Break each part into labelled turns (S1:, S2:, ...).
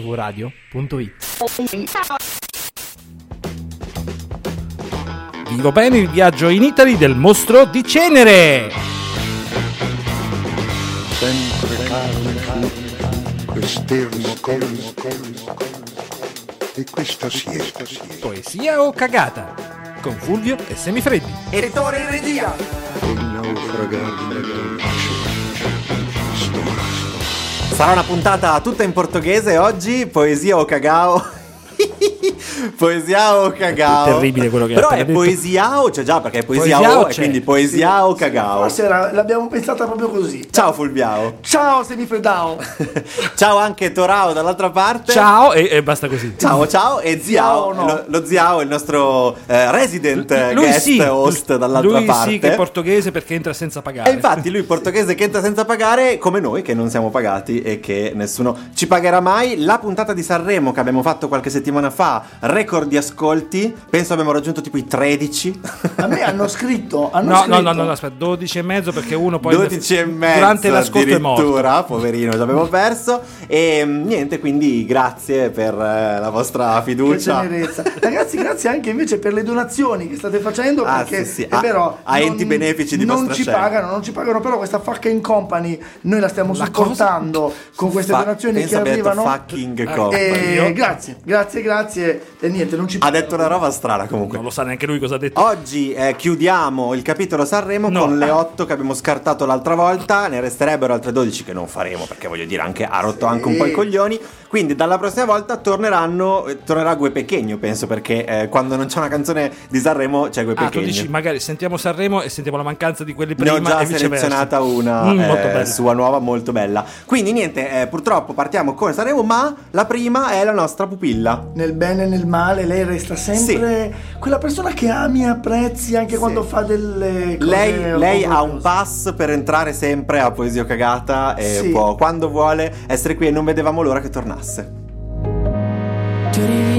S1: mvradio.it.
S2: Vivo bene il viaggio in Italy del mostro di cenere.
S3: sempre carne, esterno colmo, colmo, e questa siesta, siesta,
S2: Poesia o cagata? Con Fulvio e Semifreddi.
S3: il naufragante del sto masto,
S4: Sarà una puntata tutta in portoghese oggi, poesia o cagao. poesia o cagao.
S2: È terribile quello che ha
S4: Però
S2: appena
S4: è
S2: detto.
S4: poesia o, cioè già perché è poesia,
S2: Poesia o
S4: o, e
S2: c'è.
S4: quindi poesia o cagao.
S5: Forse era- l'abbiamo pensata proprio così.
S4: Ciao Fulbiao.
S5: Ciao semifredao.
S4: ciao anche Torao dall'altra parte.
S2: Ciao e, e basta così.
S4: Ciao ciao e Ziao,
S5: Ziao no.
S4: lo, lo Ziao è il nostro eh, resident eh,
S2: Lui
S4: guest
S2: sì,
S4: host dall'altra
S2: lui
S4: parte.
S2: sì che è portoghese perché entra senza pagare.
S4: E infatti lui portoghese che entra senza pagare, come noi che non siamo pagati e che nessuno ci pagherà mai. La puntata di Sanremo che abbiamo fatto qualche settimana fa, record di ascolti, penso abbiamo raggiunto tipo i 13.
S5: A me hanno scritto, hanno
S2: No, no,
S5: scritto.
S2: no, no, no, aspetta, 12 e mezzo perché uno poi
S4: 12 e mezzo
S2: durante l'ascolto è morto.
S4: addirittura, poverino, ci avevo perso. E mm, niente, quindi grazie per eh, la vostra
S5: Che
S4: fiducia.
S5: tenerezza. Ragazzi, grazie anche invece per le donazioni che state facendo
S4: Ah,
S5: perché
S4: sì, sì,
S5: è
S4: a-
S5: vero,
S4: a enti benefici di
S5: non
S4: vostra
S5: ci
S4: scelta.
S5: pagano, non ci pagano, però questa fucking company noi la stiamo
S2: La
S5: supportando con queste
S4: Fa-
S5: donazioni
S4: penso
S5: che
S4: abbia detto
S5: arrivano. Eh,
S4: fucking company.
S5: E grazie, grazie, grazie. E niente, non ci
S4: Ha detto una roba strana comunque.
S2: Non lo sa neanche lui cosa ha detto.
S4: Oggi eh, chiudiamo il capitolo Sanremo
S2: No.
S4: con le 8 che abbiamo scartato l'altra volta, ne resterebbero altre 12 che non faremo perché voglio dire anche ha rotto anche un po' i coglioni, quindi dalla prossima volta torneranno eh, tornerà Gue Pechegno penso perché eh, quando non c'è una canzone di Sanremo c'è Gue
S2: Ah, tu
S4: Pechegno.
S2: dici magari sentiamo Sanremo e sentiamo la mancanza di quelli
S4: Ne
S2: prima
S4: ho già
S2: e viceversa.
S4: selezionata una
S2: Mm,
S4: eh,
S2: molto bella.
S4: sua nuova molto bella. Quindi niente, eh, purtroppo partiamo con Sanremo, ma la prima è la nostra pupilla.
S5: nel bene e nel male, lei resta sempre quella persona che ami e apprezzi anche quando fa delle cose.
S4: Lei, lei ha un
S5: orgogliose.
S4: pass per entrare sempre a Poesia Cagata e
S5: Sì.
S4: può, quando vuole, essere qui e non vedevamo l'ora che tornasse.
S6: Ti ho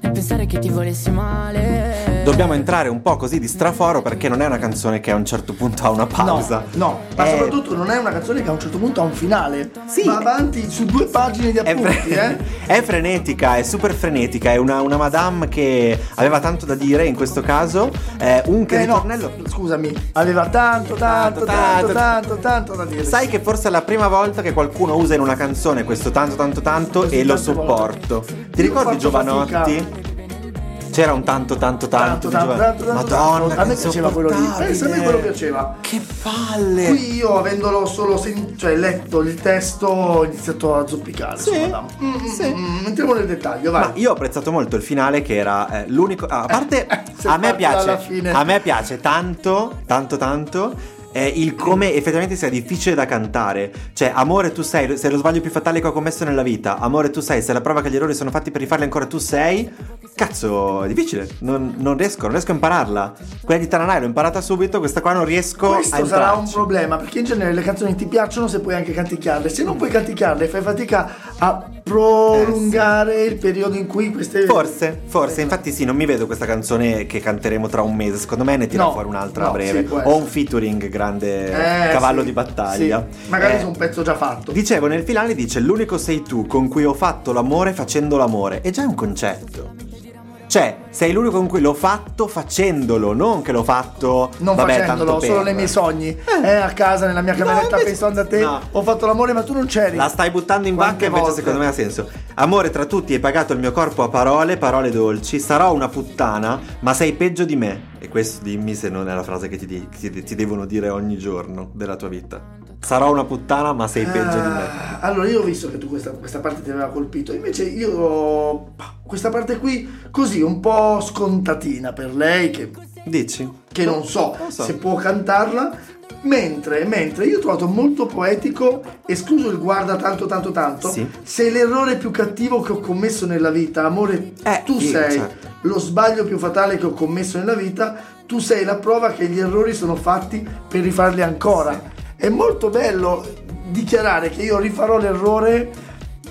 S6: nel pensare che ti volessi male
S4: Dobbiamo entrare un po' così di straforo perché non è una canzone che a un certo punto ha una pausa.
S5: No, ma
S4: È-
S5: soprattutto non è una canzone che a un certo punto ha un finale.
S4: Sì.
S5: Va avanti su due pagine di
S4: È,
S5: appunti,
S4: fre-
S5: eh.
S4: è frenetica, è super frenetica, è una, una madame che aveva tanto da dire in questo caso, eh, un che
S5: Eh no,
S4: ritornello...
S5: scusami, aveva tanto,
S4: Tanto,
S5: tanto,
S4: tanto.
S5: tanto, tanto, tanto da dire.
S4: Sai che forse è la prima volta che qualcuno usa in una canzone questo tanto tanto tanto
S5: Così
S4: e lo
S5: tante
S4: sopporto. Ti
S5: Io
S4: ricordi
S5: faccio
S4: Giovanotti? C'era un tanto tanto tanto,
S5: tanto, tanto,
S4: di
S5: tanto, tanto,
S4: Giovanotti.
S5: tanto.
S4: Madonna,
S5: A me
S4: che
S5: piaceva quello lì.
S4: insopportabile.
S5: Pensa a me quello piaceva.
S4: Che palle!
S5: Qui io avendolo solo sen- cioè, letto il testo ho iniziato a zoppicare.
S4: Sì,
S5: insomma, da- Mm, mm,
S4: sì.
S5: mm, entriamo nel dettaglio, vai.
S4: Ma io ho apprezzato molto il finale che era eh, l'unico. ah, a parte
S5: se
S4: a me
S5: parti alla
S4: piace.
S5: fine.
S4: A me piace tanto, tanto, tanto. eh, il come effettivamente sia difficile da cantare. Cioè, amore, tu sei. Sei lo sbaglio più fatale che ho commesso nella vita. Amore, tu sei. Se la prova che gli errori sono fatti per rifarli ancora tu sei. Cazzo, è difficile. Non, non riesco, non riesco a impararla. Quella di Tananai l'ho imparata subito. Questa qua non riesco a
S5: Questo sarà
S4: impararla.
S5: un problema perché in genere le canzoni ti piacciono se puoi anche canticchiarle. Se non puoi canticchiarle, fai fatica a prolungare il periodo in cui queste.
S4: Eh, Forse,
S5: Eh.
S4: forse, infatti sì, non mi vedo questa canzone che canteremo tra un mese, secondo me ne tira
S5: No,
S4: fuori un'altra a
S5: no,
S4: breve,
S5: sì, può essere.
S4: o un featuring grande
S5: Eh,
S4: cavallo
S5: sì,
S4: di battaglia.
S5: sì. Magari
S4: Eh,
S5: su un pezzo già fatto.
S4: Dicevo, nel finale dice l'unico sei tu con cui ho fatto l'amore facendo l'amore, e già è un concetto. Cioè, sei l'unico con cui l'ho fatto facendolo, non che l'ho fatto
S5: Non
S4: vabbè,
S5: facendolo,
S4: tanto per.
S5: solo nei miei sogni. Eh, a casa, nella mia cameretta,
S4: invece-
S5: pensando a te.
S4: no.
S5: Ho fatto l'amore, ma tu non c'eri.
S4: La stai buttando in
S5: Quante
S4: banca invece
S5: volte?
S4: secondo me ha senso. Amore tra tutti hai pagato il mio corpo a parole, parole dolci. Sarò una puttana, ma sei peggio di me. E questo dimmi se non è la frase che ti, di- ti- ti devono dire ogni giorno della tua vita. Sarò una puttana, ma sei peggio di me.
S5: Ah, Allora, io ho visto che tu questa, questa parte ti aveva colpito, invece io bah, questa parte qui, così, un po' scontatina per lei, che,
S4: Dici?
S5: che non, so
S4: Non so.
S5: se può cantarla. Mentre, mentre io ho trovato molto poetico, escluso il guarda tanto tanto tanto,
S4: Sì.
S5: sei l'errore più cattivo che ho commesso nella vita, amore,
S4: Eh,
S5: tu
S4: sì,
S5: sei
S4: certo.
S5: lo sbaglio più fatale che ho commesso nella vita, tu sei la prova che gli errori sono fatti per rifarli ancora. È molto bello dichiarare che io rifarò l'errore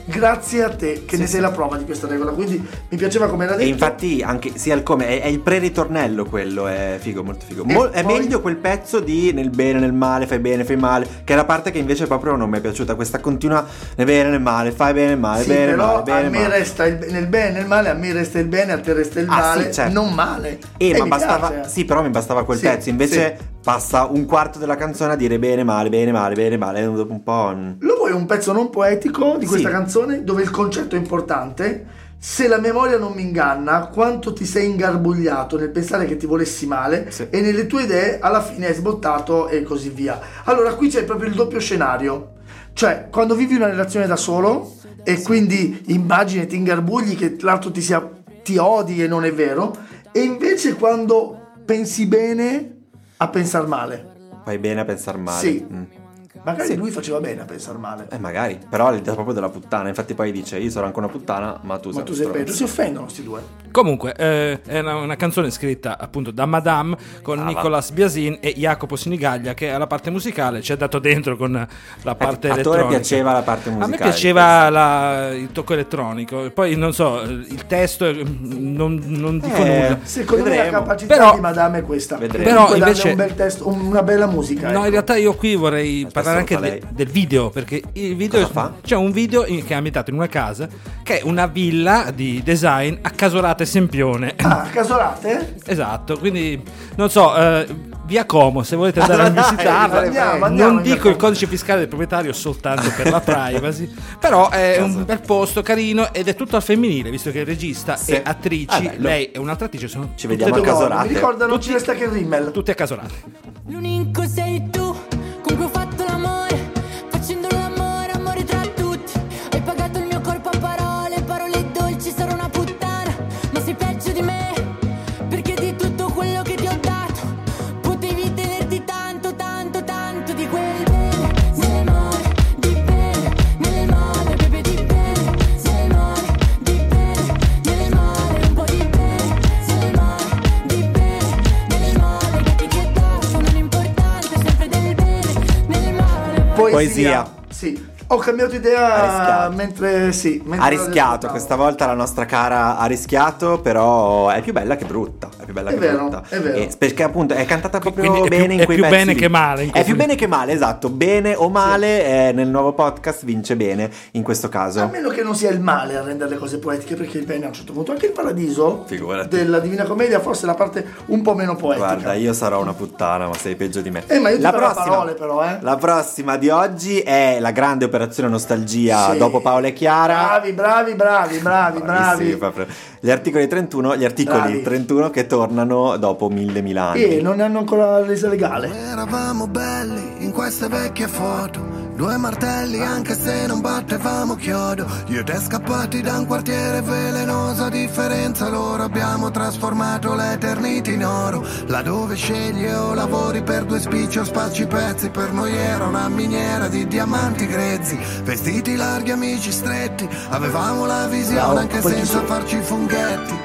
S5: grazie a te che ne sei la prova di questa regola. Quindi mi piaceva come era
S4: E
S5: detto.
S4: infatti anche sia il come è, è il pre-ritornello quello, è figo, molto figo.
S5: E
S4: Mol- È
S5: poi-
S4: meglio quel pezzo di nel bene, nel male, fai bene, fai male, che è la parte che invece proprio non mi è piaciuta, questa continua nel bene, nel male, fai bene, male,
S5: Sì,
S4: bene,
S5: però
S4: male, bene,
S5: a me
S4: male.
S5: resta il, nel bene e nel male, a me resta il bene, a te resta il
S4: Ah, sì,
S5: male,
S4: certo.
S5: non male.
S4: Eh, ma
S5: mi
S4: bastava,
S5: piace.
S4: sì, però mi bastava quel
S5: Sì,
S4: pezzo. Invece passa un quarto della canzone a dire bene, male, bene, male, bene, male. Dopo un po'. mm.
S5: Lo vuoi un pezzo non poetico di
S4: Sì.
S5: questa canzone dove il concetto è importante? Se la memoria non mi inganna, quanto ti sei ingarbugliato nel pensare che ti volessi male
S4: Sì.
S5: e nelle tue idee alla fine hai sbottato e così via. Allora qui c'è proprio il doppio scenario. Cioè, quando vivi una relazione da solo e quindi immagini, ti ingarbugli che l'altro ti, sia, ti odi e non è vero, e invece quando pensi bene a pensare male.
S4: Fai bene a pensare male.
S5: Sì.
S4: Mm.
S5: Magari
S4: Sì.
S5: lui faceva bene a pensare male.
S4: Eh, magari. Però l'idea proprio della puttana. Infatti, poi dice: Io sono anche una puttana, ma tu
S5: Ma
S4: sei uno
S5: tu sei
S4: stronzo."
S5: peggio, si offendono sti due.
S2: Comunque, eh, è una, una canzone scritta appunto da Madame con
S4: Brava.
S2: Nicolas Biasin e Jacopo Sinigaglia che alla parte musicale ci ha dato dentro con la parte
S4: a te
S2: elettronica.
S4: piaceva la parte
S2: A
S4: musicale
S2: me piaceva
S4: di
S2: la- il tocco elettronico, poi non so, il testo eh, non, non dico
S4: Eh,
S2: nulla.
S5: Secondo me la
S4: Vedremo.
S5: capacità
S2: Però-
S5: di Madame è questa.
S4: Vedremo.
S5: Che
S2: Però
S5: comunque darle
S2: invece-
S5: un bel testo, un- una bella musica.
S2: No,
S5: ecco.
S2: in realtà io qui vorrei parlare
S4: lo
S2: anche
S4: fa
S2: de-
S4: lei.
S2: del video, perché il video
S4: Cosa fa?
S2: c'è un video in- che è ambientato in una casa che è una villa di design a Casolate e Sempione.
S5: Ah, casolate?
S2: Esatto, quindi non so, eh, via Como, se volete andare a
S4: Dai,
S2: visitarla.
S5: andiamo, andiamo
S2: non
S5: in via
S2: dico il
S5: Como.
S2: codice fiscale del proprietario soltanto per la privacy, però è un bel posto carino ed è tutto al femminile, visto che il regista
S4: Sì.
S2: e attrici,
S4: Ah, bello.
S2: lei è un'altra attrice, sono
S4: Ci vediamo a
S5: Tutte donne.
S4: casolate.
S5: Mi ricorda non
S2: Tutti-
S5: ci resta che il Rimmel.
S2: tutte a casolate.
S6: L'unico sei tu con cui ho fatto l'amore, facendo l'amore, amore tra tutti. Hai pagato il mio corpo a parole, parole dolci, sarò una puttana, ma sei peggio di me, perché di tutto quello che ti ho dato, potevi tenerti tanto, tanto, tanto di quel bene, nel mare, di bene, nel mare, bebe di bene, nel mare, di bene, nel mare, un po' di bene, nel mare, di bene, nel mare, che ti che sono l'importante, sempre del bene, nel mare.
S4: Poesia.
S5: Sì. Ho cambiato idea
S4: Ha rischiato.
S5: mentre sì, mentre
S4: Ha rischiato,
S5: l'ascoltavo.
S4: questa volta la nostra cara ha rischiato, però è più bella che brutta. È più bella
S5: È
S4: che
S5: vero,
S4: brutta.
S5: è vero.
S4: E s- perché appunto è cantata proprio
S2: quindi è più-
S4: bene in
S2: è
S4: quei
S2: più
S4: pezzi
S2: bene
S4: lì.
S2: che male, in
S4: È
S2: quel-
S4: più bene che male, esatto. Bene o male eh, nel nuovo podcast vince bene in questo
S5: A
S4: caso.
S5: meno che non sia il male a rendere le cose poetiche, perché il bene a un certo punto, anche il paradiso
S4: Figurati.
S5: della Divina Commedia, forse è la parte un po' meno poetica.
S4: Guarda, io sarò una puttana, ma sei peggio di me.
S5: Eh, ma io ti farò parole, però, eh.
S4: La prossima di oggi è la grande operazione nostalgia
S5: Sì.
S4: dopo Paola e Chiara.
S5: Bravi, bravi, bravi, bravi, bravi.
S4: Bravissimi, proprio. Gli articoli 31, gli articoli
S5: Bravi.
S4: 31 che tornano dopo mille mila anni.
S5: E non ne hanno ancora la resa legale.
S1: Eravamo belli in queste vecchie foto, due martelli anche se non battevamo chiodo. Io ed te scappati da un quartiere velenoso, a differenza loro abbiamo trasformato l'eternità in oro. Laddove scegli o lavori per due spicci o spacci pezzi, per noi era una miniera di diamanti grezzi. Vestiti larghi, amici stretti, avevamo la visione anche senza farci i funghetti.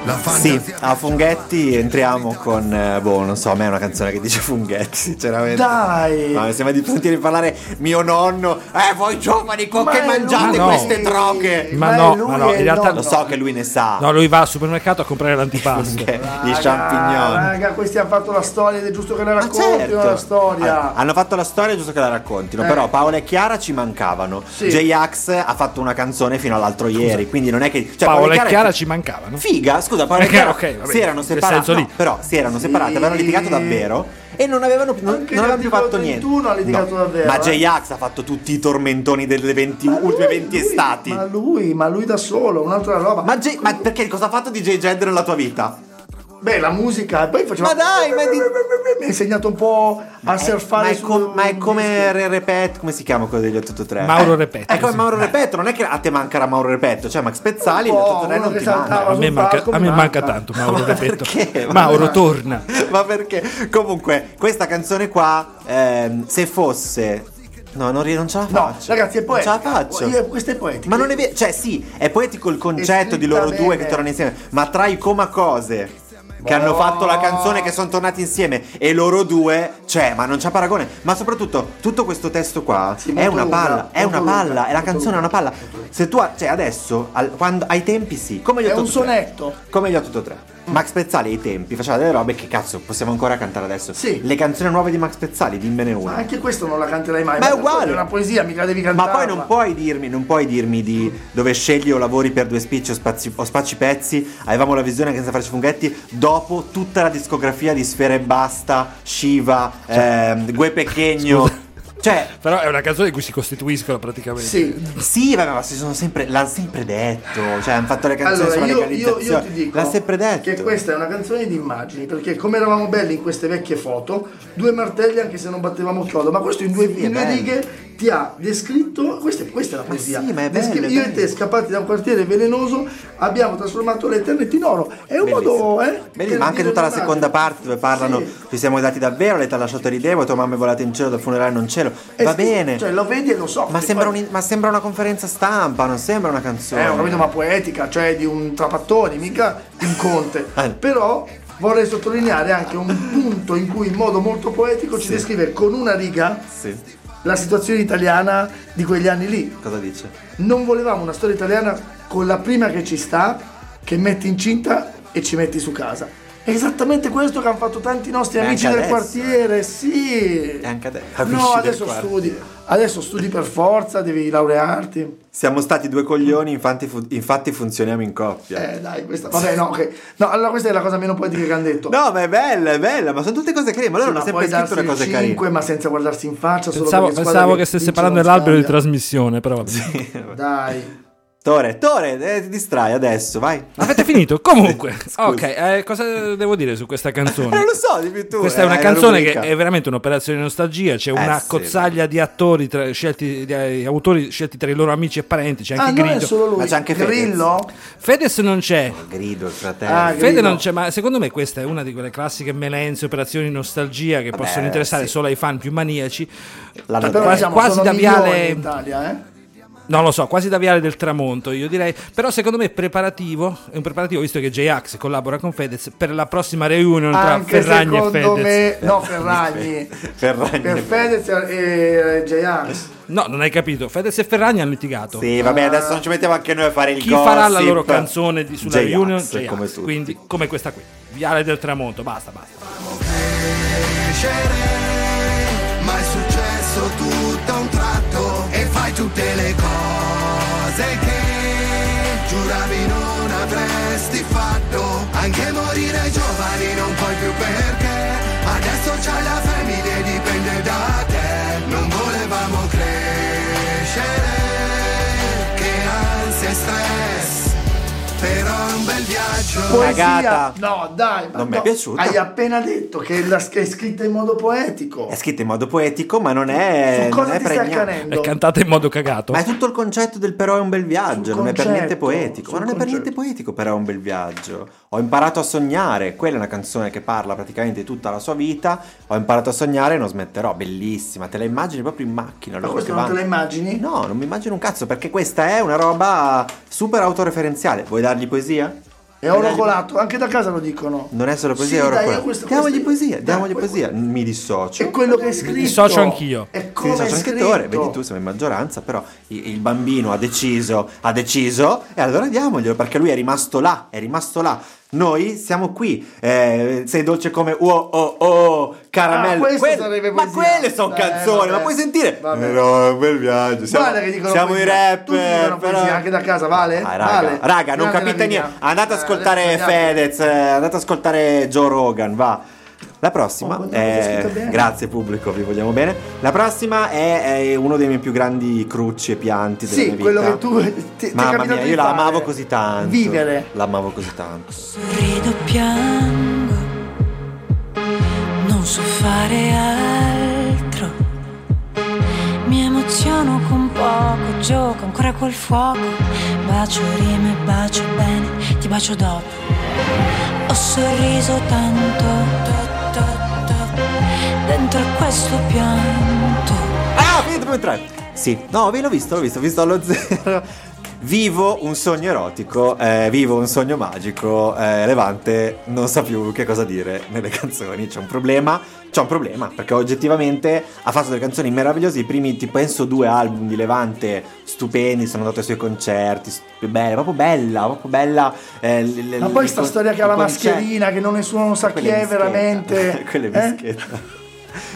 S1: La
S4: Sì,
S1: fantasia
S4: a Funghetti entriamo con, eh, boh, non so, a me è una canzone che dice Funghetti, sinceramente.
S5: Dai!
S4: Ma mi sembra di sentire parlare mio nonno, eh voi giovani, con
S5: Ma
S4: che
S5: è
S4: mangiate
S2: lui!
S4: queste droghe?
S2: Ma
S5: è
S2: no,
S5: lui
S2: ma no,
S5: e
S2: in realtà
S5: il
S4: Lo
S5: nonno.
S4: so che lui ne sa,
S2: No, lui va al supermercato a comprare l'antipasto.
S5: Cioè,
S4: che gli
S5: Ah,
S4: champignon.
S5: raga, questi hanno fatto la storia ed è giusto che la
S4: Ma certo. Ah,
S5: raccontino la storia.
S4: Allora, hanno fatto la storia, è giusto che la raccontino.
S5: Eh.
S4: Però Paola e Chiara ci mancavano.
S5: Sì.
S4: J-Ax ha fatto una canzone fino all'altro ieri. Quindi non è che. Cioè,
S2: Paola e
S4: è-
S2: Chiara ci mancavano.
S4: Figa, scusa, Paola e
S2: Eh,
S4: Chiara
S2: ok, vabbè,
S4: si erano
S2: in quel
S4: separate.
S2: senso lì.
S4: no, però si erano separate, avevano litigato davvero. E non avevano, più- non,
S5: Anche
S4: non avevano più fatto
S5: l'articolo
S4: niente.
S5: 31 ha litigato davvero,
S4: Ma
S5: eh.
S4: J-Ax ha fatto tutti i tormentoni delle 20
S5: Ma lui-
S4: ultime 20
S5: lui-
S4: estati.
S5: Ma lui, ma lui da solo, un'altra roba.
S4: Ma, J- ma perché cosa ha fatto DJ Jed nella tua vita?
S5: Beh, la musica, e poi faceva.
S4: Ma dai, ma di-
S5: mi ha insegnato un po' a
S4: ma,
S5: surfare
S4: è
S5: su-
S4: com- ma è come Re- Repetto, come si chiama quello degli 883?
S2: Mauro
S4: Eh,
S2: Repetto,
S4: È come
S2: sì.
S4: Mauro Repetto, non è che a te mancherà Mauro Repetto, cioè Max Pezzali, gli
S5: Un po',
S4: 883 non
S5: uno
S4: ti
S5: che
S4: manca.
S5: saltava.
S2: A me,
S5: sul
S2: manca,
S5: palco
S2: a
S5: mi
S2: me manca
S5: manca.
S2: tanto Mauro Repetto.
S4: perché? Ma-
S2: Mauro torna.
S4: Ma perché? Comunque, questa canzone qua, ehm, se fosse No, non, ri- non ce la
S5: No,
S4: faccio.
S5: ragazzi, è
S4: Non ce
S5: poetico.
S4: la faccio.
S5: Io- questo è poetico.
S4: Ma non è vero, cioè sì, è poetico il concetto di loro due che
S5: Estremamente. Boh.
S4: tornano insieme, ma tra i coma cose che hanno fatto la canzone che sono tornati insieme e loro due, cioè, ma non c'è paragone, ma soprattutto tutto questo testo qua
S5: Sì,
S4: è
S5: molto
S4: una
S5: lunga,
S4: palla, è
S5: molto
S4: una palla,
S5: lunga,
S4: è la
S5: molto
S4: canzone è una
S5: lunga.
S4: palla. Se tu, ha- cioè adesso, al- quando- ai tempi sì, come gli
S5: È un
S4: 883.
S5: sonetto.
S4: Come gli 883. Max Pezzali ai tempi faceva delle robe che cazzo possiamo ancora cantare adesso.
S5: Sì.
S4: Le canzoni nuove di Max Pezzali, dimmene una.
S5: Ma anche questo non la canterai mai.
S4: Ma è
S5: perché
S4: uguale.
S5: È una poesia, mica devi
S4: Ma
S5: cantare.
S4: poi non puoi dirmi, non puoi dirmi di dove scegli o lavori per due spicci o, spazi- o spacci pezzi. Avevamo la visione che senza farci funghetti. Dopo tutta la discografia di Sfera e Basta, Shiva,
S5: Cioè.
S4: ehm, Gue Pechegno. Cioè,
S2: Però è una canzone in cui si costituiscono praticamente.
S5: Sì,
S4: sì, vabbè, ma si sono sempre. L'hanno sempre detto. Cioè, hanno fatto le canzoni
S5: allora
S4: sulla
S5: io, io,
S4: legalizzazione.
S5: io ti dico
S4: L'hanno sempre detto.
S5: che questa è una canzone di immagini, perché come eravamo belli in queste vecchie foto, due martelli anche se non battevamo chiodo, ma questo in due,
S4: Sì, è
S5: in due
S4: bello.
S5: righe ti ha descritto, questa, è- questa è la poesia,
S4: sì, ma è
S5: Descri-
S4: bello, è
S5: io
S4: bello.
S5: e te scappati da un quartiere velenoso abbiamo trasformato l'Eternity in oro, è un modo... Eh,
S4: Bellissimo, ma anche
S5: per
S4: tutta la
S5: dire
S4: seconda
S5: un'immagine.
S4: parte dove parlano
S5: Sì.
S4: ci siamo dati davvero, l'età ha lasciato rilievo, tua mamma è volata in cielo, dal funerale non cielo.
S5: È
S4: Va
S5: scritto,
S4: bene.
S5: Cioè lo vedi e lo so.
S4: Ma sembra, un- ma sembra una conferenza stampa, non sembra una canzone.
S5: È una Eh, capito, ma poetica, cioè di un trapattoni, mica di un conte.
S4: Ah.
S5: Però vorrei sottolineare anche un punto in cui in modo molto poetico ci descrive con una riga
S4: Sì.
S5: la situazione italiana di quegli anni lì.
S4: Cosa dice?
S5: Non volevamo una storia italiana con la prima che ci sta, che metti incinta e ci metti su casa. È esattamente questo che hanno fatto tanti nostri
S4: E
S5: amici
S4: anche
S5: del
S4: adesso,
S5: quartiere, sì.
S4: E anche adesso.
S5: No,
S4: Amici del
S5: adesso
S4: quartiere.
S5: studi. Adesso studi per forza, devi laurearti.
S4: Siamo stati due coglioni, infatti, fu- infatti funzioniamo in coppia.
S5: Eh dai, questa. Vabbè, no, ok. No, allora questa è la cosa meno poetica che hanno detto.
S4: No, ma è bella, è bella, ma sono tutte cose carine. Ma loro hanno sempre scritto le cose carine.
S5: ma senza guardarsi in faccia. Solo
S2: Pensavo,
S5: perché squadra
S2: pensavo che stesse
S5: vince
S2: parlando
S5: non
S2: dell'albero di
S5: scambia.
S2: trasmissione, però vabbè.
S5: Dai.
S4: Tore, Tore, eh, ti distrai adesso, vai.
S2: Avete finito? Comunque,
S4: Scusa.
S2: ok, eh, cosa devo dire su questa canzone?
S4: Non lo so, dimmi tu.
S2: Questa è
S4: eh,
S2: una
S4: la
S2: canzone che
S4: rubrica.
S2: è veramente un'operazione di nostalgia. C'è una
S4: sì.
S2: cozzaglia di attori tra- scelti, di eh, autori scelti tra i loro amici e parenti. C'è
S5: Ah,
S2: anche
S5: non è
S2: Grillo.
S5: solo lui.
S4: Ma c'è anche Fedez.
S5: Grillo?
S2: Fedez non c'è.
S4: Grido, il fratello.
S5: Ah, Grillo.
S2: Fede non c'è, ma secondo me questa è una di quelle classiche melenze, operazioni di nostalgia che possono interessare
S4: sì.
S2: solo ai fan più maniaci.
S4: L'hanno
S2: Però
S4: detto.
S2: quasi- quasi
S5: sono
S2: da
S5: milioni
S2: viale-
S5: in Italia, eh?
S2: Non lo so, quasi da viale del tramonto, io direi. Però secondo me è preparativo, è un preparativo visto che J-Ax collabora con Fedez per la prossima reunion tra
S5: Anche
S2: Ferragni e
S5: secondo
S2: Fedez.
S5: me. No, Ferragni.
S4: Ferragni.
S5: Per Fedez e J-Ax.
S2: No, non hai capito. Fedez e Ferragni hanno litigato.
S4: Sì, vabbè, adesso non ci mettiamo anche noi a fare il
S2: Ah. Chi farà la
S4: gossip.
S2: loro canzone di- sulla
S4: J-Ax,
S2: reunion? J-Ax,
S4: come tutti.
S2: Quindi, come questa qui. Viale del tramonto, basta, basta.
S1: crescere, ma è successo tutto a un tratto e fai tutte le cose che giuravi non avresti fatto. Anche morire giovani non puoi più perché adesso c'hai la famiglia e dipende da te. Non volevamo crescere, che ansia e stress, però è un bel viaggio.
S4: Cagata.
S5: No, dai. ma
S4: Non mi è
S5: no.
S4: piaciuta.
S5: Hai appena detto che la- che è scritta in modo poetico.
S4: È scritto in modo poetico, ma non è.
S5: Su cosa
S4: Eh, non è
S5: ti stai
S4: pregnante.
S5: accanendo?
S2: È cantata in modo cagato.
S4: Ma è tutto il concetto del però è un bel viaggio,
S5: Sul
S4: non è per
S5: concetto,
S4: niente poetico. Ma
S5: sul
S4: non è per
S5: concetto.
S4: niente poetico però è un bel viaggio. Ho imparato a sognare, quella è una canzone che parla praticamente di tutta la sua vita. Ho imparato a sognare e non smetterò, bellissima. Te la immagini proprio in macchina.
S5: Ma
S4: loro
S5: questo
S4: che
S5: non te la
S4: vanno.
S5: immagini?
S4: No, non mi immagino un cazzo perché questa è una roba super autoreferenziale. Vuoi dargli poesia?
S5: È oro colato, anche da casa lo dicono.
S4: Non è solo poesia,
S5: Sì,
S4: è ora
S5: dai,
S4: quella.
S5: io questo-
S4: Diamogli
S5: questo-
S4: poesia,
S5: dai,
S4: diamogli
S5: que-
S4: poesia. Mi dissocio.
S5: È quello che è scritto.
S2: dissocio anch'io.
S5: È
S4: Sì,
S5: come è
S4: sono
S5: scritto.
S4: scrittore, vedi tu siamo in maggioranza, però i- il bambino ha deciso, ha deciso e allora diamoglielo perché lui è rimasto là, è rimasto là. Noi siamo qui, eh, sei dolce come oh oh oh,
S5: Ah,
S4: caramello.
S5: questo
S4: Quelle-
S5: sarebbe
S4: ma
S5: poesia.
S4: quelle sono
S5: Eh,
S4: canzoni,
S5: vabbè.
S4: ma puoi sentire?
S5: Vabbè.
S4: Eh no, è un bel viaggio. Siamo,
S5: Guarda che dicono
S4: siamo i
S5: poesia.
S4: rapper.
S5: Tutti dicono
S4: però-
S5: poesia, anche da casa, vale?
S4: Ah, raga,
S5: Vale.
S4: raga, non
S5: Grande
S4: capite
S5: la linea.
S4: niente. Andate ad
S5: Eh,
S4: ascoltare
S5: adesso andiamo.
S4: Fedez, eh, andate ad ascoltare Joe Rogan, va. La
S5: Oh,
S4: prossima
S5: guarda, l'ho
S4: è...
S5: scritta bene.
S4: Grazie pubblico, vi vogliamo bene. La prossima è, è uno dei miei più grandi crucci e pianti della
S5: Sì,
S4: mia
S5: quello
S4: vita.
S5: che tu ti- ti è
S4: Mamma
S5: capitato
S4: mia,
S5: di
S4: io la
S5: fare.
S4: amavo così tanto.
S5: Vivere.
S4: L'amavo così tanto.
S7: Sorrido, piango, non so fare altro. Mi emoziono con poco, gioco ancora col fuoco. Bacio rime, bacio bene, ti bacio dopo. Ho sorriso tanto, to, to, to, dentro a questo pianto.
S4: Ah! Ah, finito per tre. Sì, no, ve l'ho visto, l'ho visto, ho visto allo zero. Vivo un sogno erotico, eh, vivo un sogno magico. eh, Levante non sa più che cosa dire nelle canzoni. C'è un problema, c'è un problema, perché oggettivamente ha fatto delle canzoni meravigliose. I primi, ti penso, due album di Levante stupendi. Sono andato ai suoi concerti, st- bella, proprio bella, proprio bella. eh, l- l-
S5: Ma
S4: il
S5: poi sta
S4: con-
S5: storia che ha
S4: il
S5: la
S4: concerto-
S5: mascherina, che non nessuno sa chi
S4: quella
S5: è
S4: mischetta.
S5: veramente.
S4: Quella
S5: eh?
S4: mischetta.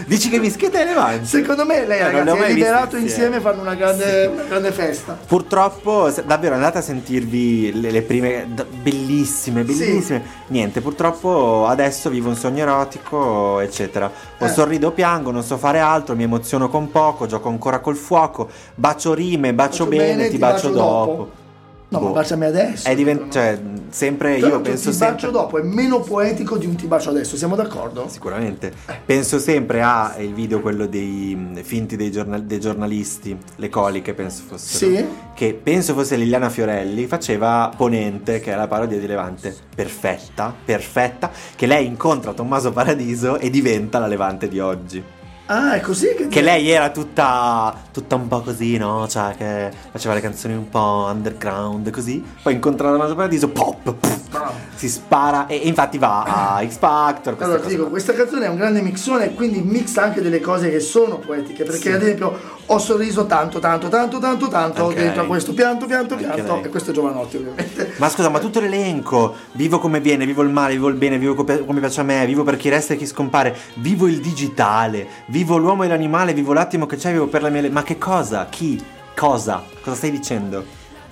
S4: Dici che mischetta è Levante?
S5: Secondo me lei,
S4: Eh, non le ho mai
S5: ragazzi, è
S4: viste
S5: liberato
S4: insieme.
S5: insieme fanno una grande, una grande festa.
S4: Purtroppo, se- davvero andate a sentirvi le, le prime d- bellissime, bellissime. Niente, purtroppo adesso vivo un sogno erotico, eccetera. O
S5: Eh.
S4: sorrido o piango, non so fare altro, mi emoziono con poco, gioco ancora col fuoco, bacio rime, bacio,
S5: Bacio
S4: bene, ti bacio, dopo.
S5: No,
S4: Boh.
S5: ma baciami adesso.
S4: È divent-
S5: Tra
S4: cioè, sempre io
S5: l'altro,
S4: penso
S5: ti
S4: sempre
S5: bacio dopo è meno poetico di un ti bacio adesso, siamo d'accordo?
S4: Sicuramente. Penso sempre a eh, il video quello dei mh, finti dei, giornal- dei giornalisti, le coliche penso fossero.
S5: Sì.
S4: Che penso fosse Liliana Fiorelli, faceva Ponente, che è la parodia di Levante, perfetta, perfetta, che lei incontra Tommaso Paradiso e diventa la Levante di oggi.
S5: Ah, è così che,
S4: Che lei era tutta, tutta un po' così, no? Cioè, che faceva le canzoni un po' underground, così. Poi incontra Tommaso Paradiso, pop, pff,
S5: Bravo.
S4: si spara e, e infatti va a X Factor. queste
S5: Allora ti
S4: cose
S5: dico,
S4: qua.
S5: questa canzone è un grande mixone e quindi mixa anche delle cose che sono poetiche, perché ad esempio ho sorriso tanto, tanto, tanto, tanto, tanto,
S4: Anche
S5: dentro a
S4: lei.
S5: questo pianto, pianto,
S4: Anche
S5: pianto,
S4: lei.
S5: e questo è Giovanotti ovviamente.
S4: Ma scusa, ma tutto l'elenco, vivo come viene, vivo il male, vivo il bene, vivo co- come piace a me, vivo per chi resta e chi scompare, vivo il digitale, vivo l'uomo e l'animale, vivo l'attimo che c'è, vivo per la mia... le- Ma che cosa? Chi? Cosa? Cosa stai dicendo?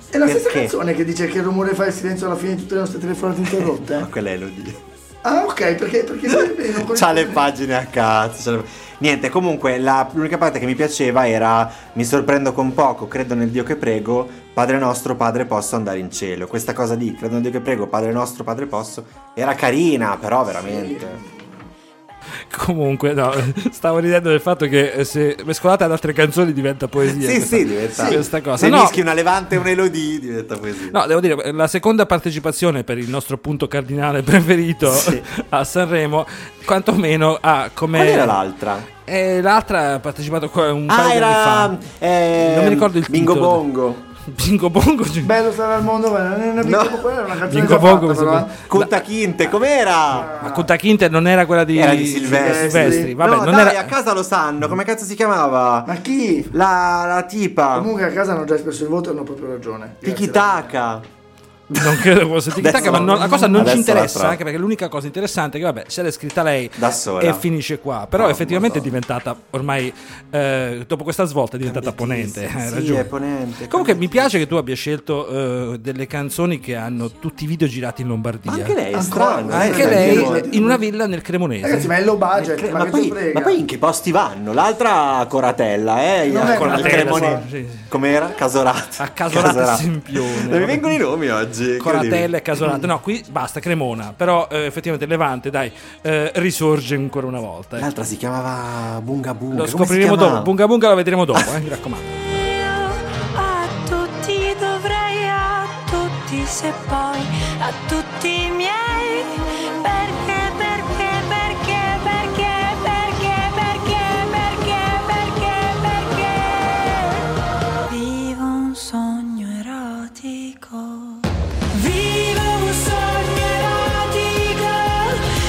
S5: È la stessa
S4: Perché?
S5: canzone che dice che il rumore fa il silenzio alla fine di tutte le nostre telefonate interrotte.
S4: Ma quella è Elodie.
S5: Ah, ok, perché, perché lui non
S4: C'ha le pagine a cazzo. c'ha le- Niente, comunque la- l'unica parte che mi piaceva era mi sorprendo con poco, credo nel Dio che prego, Padre nostro, Padre posso andare in cielo. Questa cosa di credo nel Dio che prego, Padre nostro, Padre posso era carina, però veramente.
S2: Comunque, no, stavo ridendo del fatto che eh, se mescolate ad altre canzoni diventa poesia.
S4: Sì,
S2: questa-
S4: sì, diventa
S2: questa cosa.
S4: Se
S2: No.
S4: mischi una levante e un elodie diventa poesia.
S2: No, devo dire, la seconda partecipazione per il nostro punto cardinale preferito
S4: Sì.
S2: a Sanremo, quantomeno ha come...
S4: Qual era l'altra?
S2: Eh, l'altra ha partecipato qua un
S4: Ah,
S2: paio di
S4: era
S2: anni
S4: eh,
S2: Non mi ricordo il
S4: Bingo
S2: titolo.
S4: Bongo.
S2: fa. Bingo Bongo.
S5: Bello stare al mondo, ma non è una
S4: No.
S5: no. quella era una canzone
S2: Bingo
S5: già
S2: Bongo,
S5: fatta,
S2: mi
S5: però,
S2: sembra.
S5: eh.
S4: Cunta Quinte, com'era?
S2: Ma Kunta Kinte non era quella di,
S4: Era di Silvestri.
S2: Silvestri, Vabbè,
S4: no,
S2: non
S4: dai,
S2: era...
S4: a casa lo sanno, come cazzo si chiamava?
S5: Ma chi?
S4: La, la tipa
S5: Comunque a casa hanno già espresso il voto e hanno proprio ragione. Grazie,
S4: Tiki Taka
S2: Non credo fosse Tic Tac,
S4: Adesso
S2: ma
S4: la-
S2: non- la cosa non
S4: adesso
S2: ci
S4: la
S2: interessa,
S4: trovo.
S2: anche perché l'unica cosa interessante è che, vabbè, se l'è scritta lei
S4: Da sola.
S2: e finisce qua. Però
S4: Oh,
S2: effettivamente è
S4: Madonna.
S2: diventata ormai, eh, dopo questa svolta, è diventata ponente. eh, Hai
S4: Sì,
S2: ragione.
S4: è ponente.
S2: Comunque mi piace che tu abbia scelto eh, delle canzoni che hanno tutti i video girati in Lombardia.
S4: Ma anche lei è
S5: Ancora,
S4: strana.
S5: anche
S2: Ah, Anche
S4: eh,
S2: lei
S4: perché-
S5: Lombardia.
S2: in una villa nel Cremonese.
S5: Ragazzi, ma è low budget,
S4: perché-
S5: ma,
S4: ma,
S5: che
S4: poi,
S5: te frega?
S4: ma poi in che posti vanno? L'altra Coratella, eh?
S5: Non
S4: a
S5: è
S4: Coratella,
S5: Coratella,
S4: Cremone-
S2: sì, sì.
S4: Com'era? Casorata.
S2: A Casorata Sempione.
S4: Non mi vengono i nomi oggi.
S2: Coratella
S4: incredibile.
S2: e Casolate. No, qui basta, Cremona. Però eh, effettivamente Levante, dai, eh, risorge ancora una volta. eh.
S4: L'altra si chiamava Bunga Bunga.
S2: Lo
S4: come si
S2: scopriremo
S4: chiamava?
S2: dopo. Bunga Bunga la vedremo dopo, eh, mi raccomando.
S7: Io a tutti dovrei, a tutti se poi, a tutti i miei. Perché, perché, perché, perché, perché, perché, perché, perché, perché. Vivo un sogno erotico. Vivo un sogno erotico.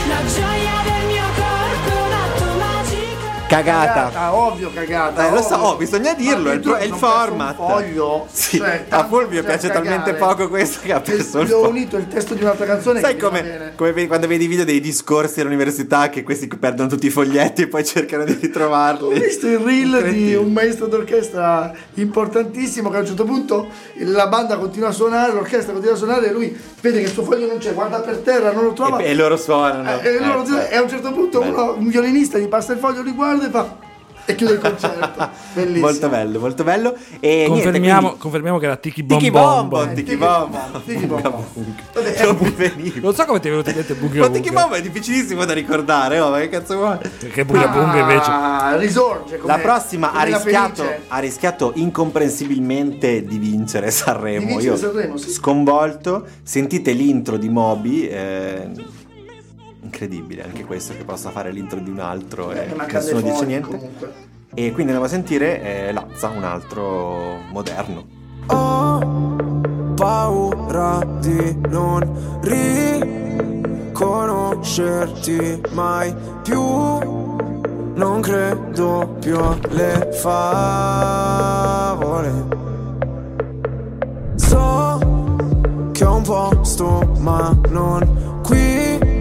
S7: La gioia del mio corpo, un atto magico.
S4: Cagata.
S5: Cagata, ovvio cagata.
S4: Eh, lo so,
S5: ovvio.
S4: oh, bisogna dirlo,
S5: Ma
S4: è il pro- è il
S5: non perso
S4: format.
S5: Un foglio.
S4: Sì,
S5: Cioè,
S4: a
S5: tanto
S4: Fulvio
S5: c'è
S4: piace
S5: da
S4: talmente
S5: cagare.
S4: poco questo che ha perso il
S5: Gli ho
S4: foglio.
S5: unito il testo di un'altra canzone.
S4: Sai
S5: che va
S4: come,
S5: bene.
S4: come vedi- quando vedi i video dei discorsi all'università che questi perdono tutti i foglietti e poi cercano di ritrovarli?
S5: Ho visto il reel di
S4: Incredibile.
S5: un maestro d'orchestra importantissimo che a un certo punto la banda continua a suonare, l'orchestra continua a suonare e lui vede che il suo foglio non c'è, guarda per terra, non lo trova.
S4: E, e loro suonano.
S5: Eh, e loro-
S4: Ecco.
S5: e a un certo punto
S4: Bello.
S5: uno- un violinista gli passa il foglio, li guarda e fa e chiude il concerto. Bellissimo.
S4: Molto bello, molto bello. E
S2: Confermiamo,
S4: niente,
S2: confermiamo che era Tiki Bom
S4: quindi, Tiki
S2: Bom.
S4: Bombo,
S5: Eh,
S4: Tiki
S5: Tiki
S4: Bombo.
S5: Bombo, Tiki Bombo. Vabbè,
S4: Non mi veniva.
S2: Non so come ti è venuto in mente Bunga
S4: Ma Tiki
S2: Bunga.
S4: Bombo è difficilissimo da ricordare, oh, ma che cazzo vuoi?
S2: Perché Bunga Bunga invece...
S5: Ah, risorge. come-
S4: La prossima ha
S5: come la
S4: rischiato,
S5: Fenice.
S4: ha rischiato incomprensibilmente di vincere Sanremo.
S5: Di vincere
S4: Io
S5: Sanremo, sì.
S4: sconvolto. Sentite l'intro di Moby. eh, incredibile anche questo che possa fare l'intro di un altro.
S5: Eh,
S4: e
S5: ma
S4: nessuno dice
S5: Candefoni,
S4: niente.
S5: comunque.
S4: E quindi andiamo a sentire eh, Lazza, un altro moderno.
S8: Ho paura di non riconoscerti mai più. Non credo più alle favole. So che ho un posto, ma non qui.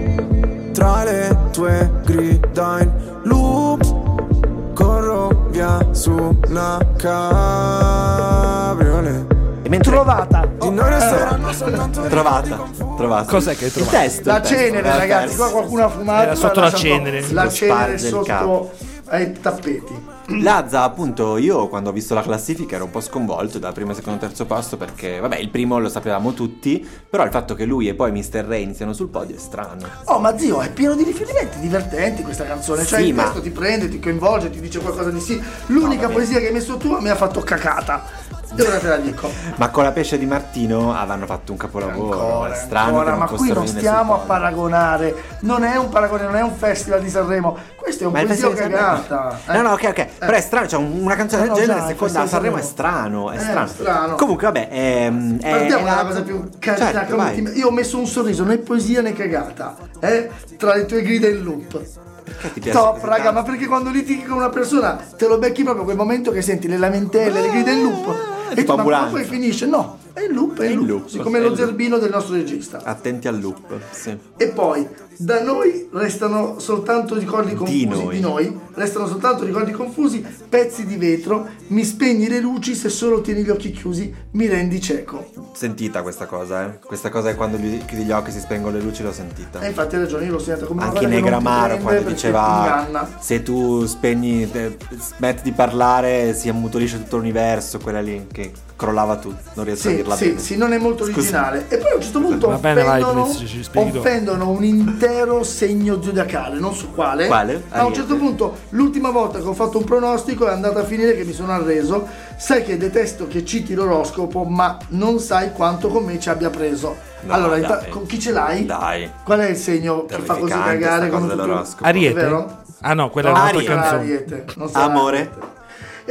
S8: Tra le tue grida in loop, corro via su una cabriolet.
S4: E mentre
S5: Trovata.
S8: Di noi resteranno soltanto
S4: Eh. trovata, trovata.
S2: Cos'è che hai
S4: Il
S2: trovato?
S4: testo.
S5: La
S4: il testo,
S5: cenere,
S4: eh,
S5: ragazzi.
S4: testo.
S5: Qua qualcuno ha fumato.
S2: Era sotto la
S5: lascia un po'
S2: cenere.
S5: La
S4: Lo
S5: cenere
S4: sparge il capo.
S5: sotto ai tappeti.
S4: Lazza, appunto, io quando ho visto la classifica ero un po' sconvolto dal primo, secondo, terzo posto perché, vabbè, il primo lo sapevamo tutti, però il fatto che lui e poi Mr. Ray iniziano sul podio è strano.
S5: Oh, ma zio, è pieno di riferimenti divertenti questa canzone. Cioè,
S4: Sì,
S5: il
S4: ma-
S5: testo ti prende, ti coinvolge, ti dice qualcosa di sì. L'unica
S4: vabbè.
S5: poesia che hai messo tu mi ha fatto cacata. E ora te la dico.
S4: Ma con la pesce di Martino avevano fatto un capolavoro. Oh, è strano
S5: ancora,
S4: che non
S5: ma qui
S4: fossero
S5: non
S4: in nessun
S5: stiamo a
S4: podio.
S5: paragonare. Non è un paragone, non è un festival di Sanremo. Questo è un
S4: Ma il
S5: poesia
S4: festival di Sanremo-
S5: cagata.
S4: No,
S5: Eh.
S4: no, ok, ok. Però è strano, cioè un- una canzone del
S5: No, no,
S4: genere
S5: già,
S4: seconda a
S5: questo è
S4: Sanremo è
S5: Sanremo.
S4: strano, è
S5: Eh,
S4: strano.
S5: strano.
S4: Comunque, vabbè, ehm, è,
S5: Partiamo
S4: è
S5: dalla cosa più carina.
S4: Certo,
S5: come
S4: vai.
S5: ti- Io ho messo un sorriso, né poesia né cagata. Eh? Tra le tue grida in loop.
S4: Che ti piace
S5: Top,
S4: così
S5: raga,
S4: tanto?
S5: ma perché quando litighi con una persona te lo becchi proprio quel momento che senti le lamentele, le grida in loop. E
S4: Ah, Tipo
S5: tu, ma
S4: ambulanza.
S5: poi finisce? No, è il loop, è il loop.
S4: loop,
S5: siccome
S4: è
S5: è
S4: il
S5: lo
S4: loop.
S5: zerbino del nostro regista.
S4: Attenti al loop, sì.
S5: E poi, da noi restano soltanto ricordi confusi
S4: noi.
S5: di noi, restano soltanto ricordi confusi, pezzi di vetro, mi spegni le luci se solo tieni gli occhi chiusi, mi rendi cieco.
S4: Sentita questa cosa, eh. Questa cosa è quando gli- chiudi gli occhi e si spengono le luci, l'ho sentita.
S5: E infatti hai ragione, io l'ho segnato come una
S4: Anche
S5: cosa Eh, che non ti
S4: Negramaro
S5: prende
S4: quando
S5: perché ti
S4: diceva
S5: inganna.
S4: se tu spegni, eh, smetti di parlare si ammutolisce tutto l'universo, quella lì che crollava tutto, non riesco a
S5: Sì,
S4: dirla
S5: sì,
S4: bene.
S5: sì, non è molto
S4: Scusa.
S5: originale. E poi a un certo punto
S2: Va bene, vai,
S5: offendono,
S2: Blitz, ci spieghi dopo.
S5: offendono un intero segno zodiacale, non so quale.
S4: Quale? Ah,
S5: A un
S4: Ariete.
S5: certo punto, l'ultima volta che ho fatto un pronostico è andata a finire che mi sono arreso. Sai che detesto che citi l'oroscopo, ma non sai quanto con me ci abbia preso.
S4: No,
S5: allora, inta-
S4: dai.
S5: con chi ce l'hai?
S4: Dai.
S5: Qual è il segno che fa
S4: Terrificante
S5: così
S4: sta
S5: cagare
S4: cosa
S5: con tutti?
S4: dell'oroscopo.
S2: Ariete?
S5: Vero?
S2: Ah no, quella è
S5: No,
S2: un'altra
S4: Ariete.
S5: sarà
S2: canzone.
S5: Ariete, non sarà
S4: Amore.
S5: Ariete.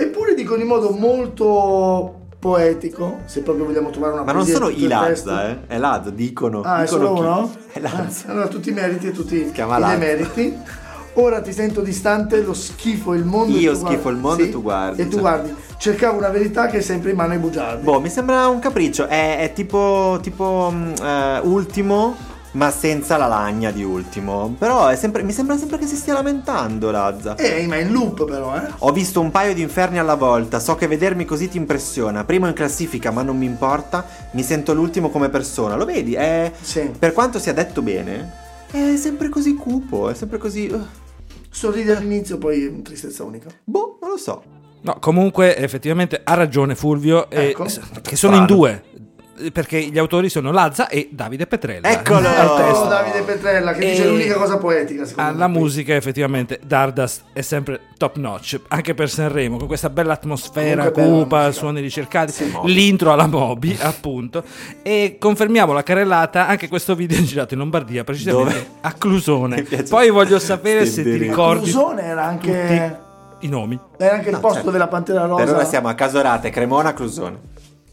S5: Eppure dicono in modo molto poetico, se proprio vogliamo trovare una
S4: Ma non
S5: poesia
S4: sono
S5: in tutto
S4: i
S5: il
S4: Lazza,
S5: testo.
S4: eh. È Lazza, dicono.
S5: Ah, è
S4: dicono
S5: solo
S4: chi-
S5: uno?
S4: È Lazza.
S5: Ah, Allora tutti i meriti e tutti gli
S4: chiama Lazza.
S5: demeriti. Ora ti sento distante, lo schifo il mondo. e
S4: Io
S5: tu guardi.
S4: schifo il mondo e tu guardi,
S5: E tu
S4: cioè.
S5: guardi. Cercavo una verità che è sempre in mano ai bugiardi.
S4: Boh, mi sembra un capriccio. È, è tipo, tipo mh, eh, ultimo, ma senza la lagna di ultimo. Però è sempre- mi sembra sempre che si stia lamentando, Lazza.
S5: Eh, ma è in loop però, eh.
S4: Ho visto un paio di inferni alla volta, so che vedermi così ti impressiona. Primo in classifica, ma non mi importa. Mi sento l'ultimo come persona. Lo vedi? È-
S5: Sì.
S4: Per quanto sia detto bene, è sempre così cupo, è sempre così. uh,
S5: Sorride all'inizio, poi tristezza unica.
S4: boh, non lo so.
S2: No, comunque effettivamente ha ragione Fulvio, e-
S5: Ecco.
S2: s- che sono in
S4: Bravo.
S2: due, eh, perché gli autori sono Lazza e Davide Petrella.
S4: Eccolo!
S2: Al testo.
S5: Ecco Davide Petrella che dice
S2: E-
S5: l'unica cosa poetica, secondo
S2: Alla
S5: me.
S2: Ah, musica effettivamente Dardas è sempre top notch, anche per Sanremo, con questa bella atmosfera
S5: Comunque bella
S2: cupa,
S5: musica.
S2: suoni ricercati, l'intro alla Moby appunto, e confermiamo la carrellata, anche questo video è girato in Lombardia, precisamente
S4: Dove?
S2: a
S4: Mi
S2: Clusone.
S4: piace.
S2: Poi voglio sapere se ti
S4: Stenderino.
S2: ricordi
S5: Clusone era anche...
S2: i nomi.
S5: Era anche il posto
S4: certo.
S5: dove la Pantera Rosa...
S4: Per ora siamo a Casorate, Cremona, Clusone.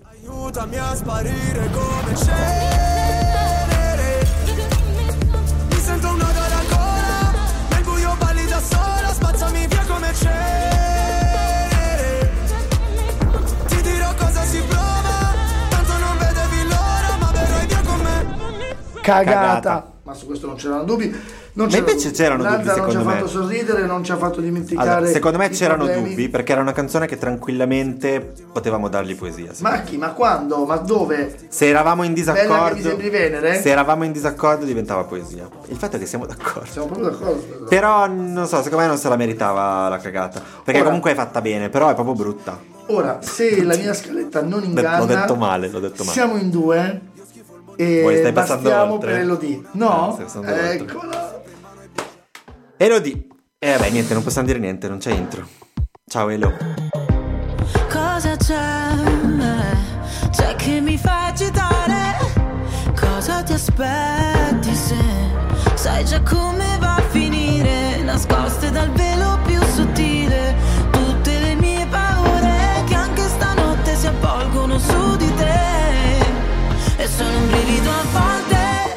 S8: Aiutami a sparire come cenere Mi sento un odore ancora Nel buio balli da sola Spazzami via come cenere Ti dirò cosa si prova Tanto non vedevi l'ora Ma verrai via con me
S5: cagata.
S4: Cagata.
S5: Ma su questo non c'erano dubbi. Non
S4: Ma invece c'erano dubbi,
S5: Lanza non ci ha
S4: secondo me.
S5: fatto sorridere, non ci ha fatto dimenticare.
S4: Allora, secondo me
S5: i
S4: c'erano
S5: problemi.
S4: dubbi perché era una canzone che tranquillamente potevamo dargli poesia. sì.
S5: Ma chi? Ma quando? Ma dove?
S4: Se eravamo in
S5: Bella che mi
S4: disaccordo,
S5: sembri Venere?
S4: se eravamo in disaccordo diventava poesia. Il fatto è che siamo d'accordo.
S5: Siamo proprio d'accordo.
S4: Però non so, secondo me non se la meritava la cagata. Perché
S5: Ora-
S4: comunque è fatta bene, però è proprio brutta.
S5: Ora, se la mia scaletta non inganna,
S4: l'ho detto male, l'ho detto male.
S5: Siamo in due
S4: Vuoi-
S5: e
S4: stai passando
S5: bastiamo
S4: oltre?
S5: per Elodie. No?
S4: Eh, stai passando oltre.
S5: Eccola.
S4: Elodie. E vabbè, niente, non possiamo dire niente, non c'è intro. Ciao Elo.
S7: Cosa c'è? C'è che mi fa agitare? Cosa ti aspetti se sai già come va a finire? Nascoste dal velo più sottile, tutte